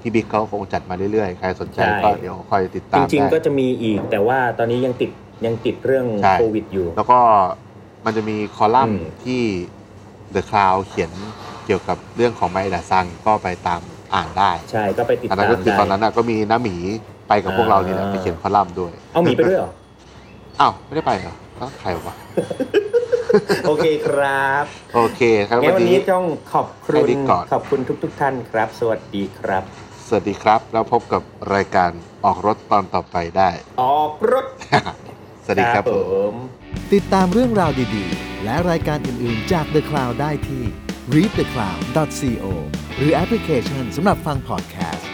Speaker 4: ที่บิ๊กเขาคงจัดมาเรื่อยๆใครสนใจก็เดี๋ยวคอยติดตาม
Speaker 3: จริง
Speaker 4: ได้
Speaker 3: ๆ ก็จะมีอีก แต่ว่าตอนนี้ยังติดยังติดเรื่อง
Speaker 4: ใช่
Speaker 3: โควิดอยู่
Speaker 4: แล้วก็มันจะมีคอลัม
Speaker 3: อื
Speaker 4: น์
Speaker 3: ม
Speaker 4: ที่ The Cloud เขียนเกี่ยวกับเรื่องของไมดาซังก็ไปตามอ่านได้
Speaker 3: ใช่ก็ไปติด
Speaker 4: อันนั้
Speaker 3: ตานม
Speaker 4: ก็คือ
Speaker 3: ได้
Speaker 4: ตอนนั้นน่ะก็มีน้าหมีไปกับพวกเรานี่แหละ
Speaker 3: อ่า
Speaker 4: ไปเขียนคอลัมน์ด้วย
Speaker 3: เอาหมีไปด้วยเหรอ
Speaker 4: อ้าวไม่ได้ไปเหรอแล้วใครวะ
Speaker 3: โอเคครับ
Speaker 4: โอเคครับ
Speaker 3: งั้น
Speaker 4: วั
Speaker 3: วันน
Speaker 4: นี้
Speaker 3: นี้ต้องขอบคุ
Speaker 4: แค่
Speaker 3: ณ
Speaker 4: นี้ก่อน
Speaker 3: ขอบคุณทุกทุกๆท่านครับ สวัสดีครับ
Speaker 4: สวัสดีครับแล้วพบกับรายการออกรถตอนต่อไปได้
Speaker 3: ออกรถ
Speaker 4: สวัสดีครับผม
Speaker 3: ม
Speaker 1: ติดตามเรื่องราวดีๆ และรายการอื่นๆจาก The Cloud ได้ที่ readthecloud.co หรือแอปพลิเคชันสำหรับฟัง podcast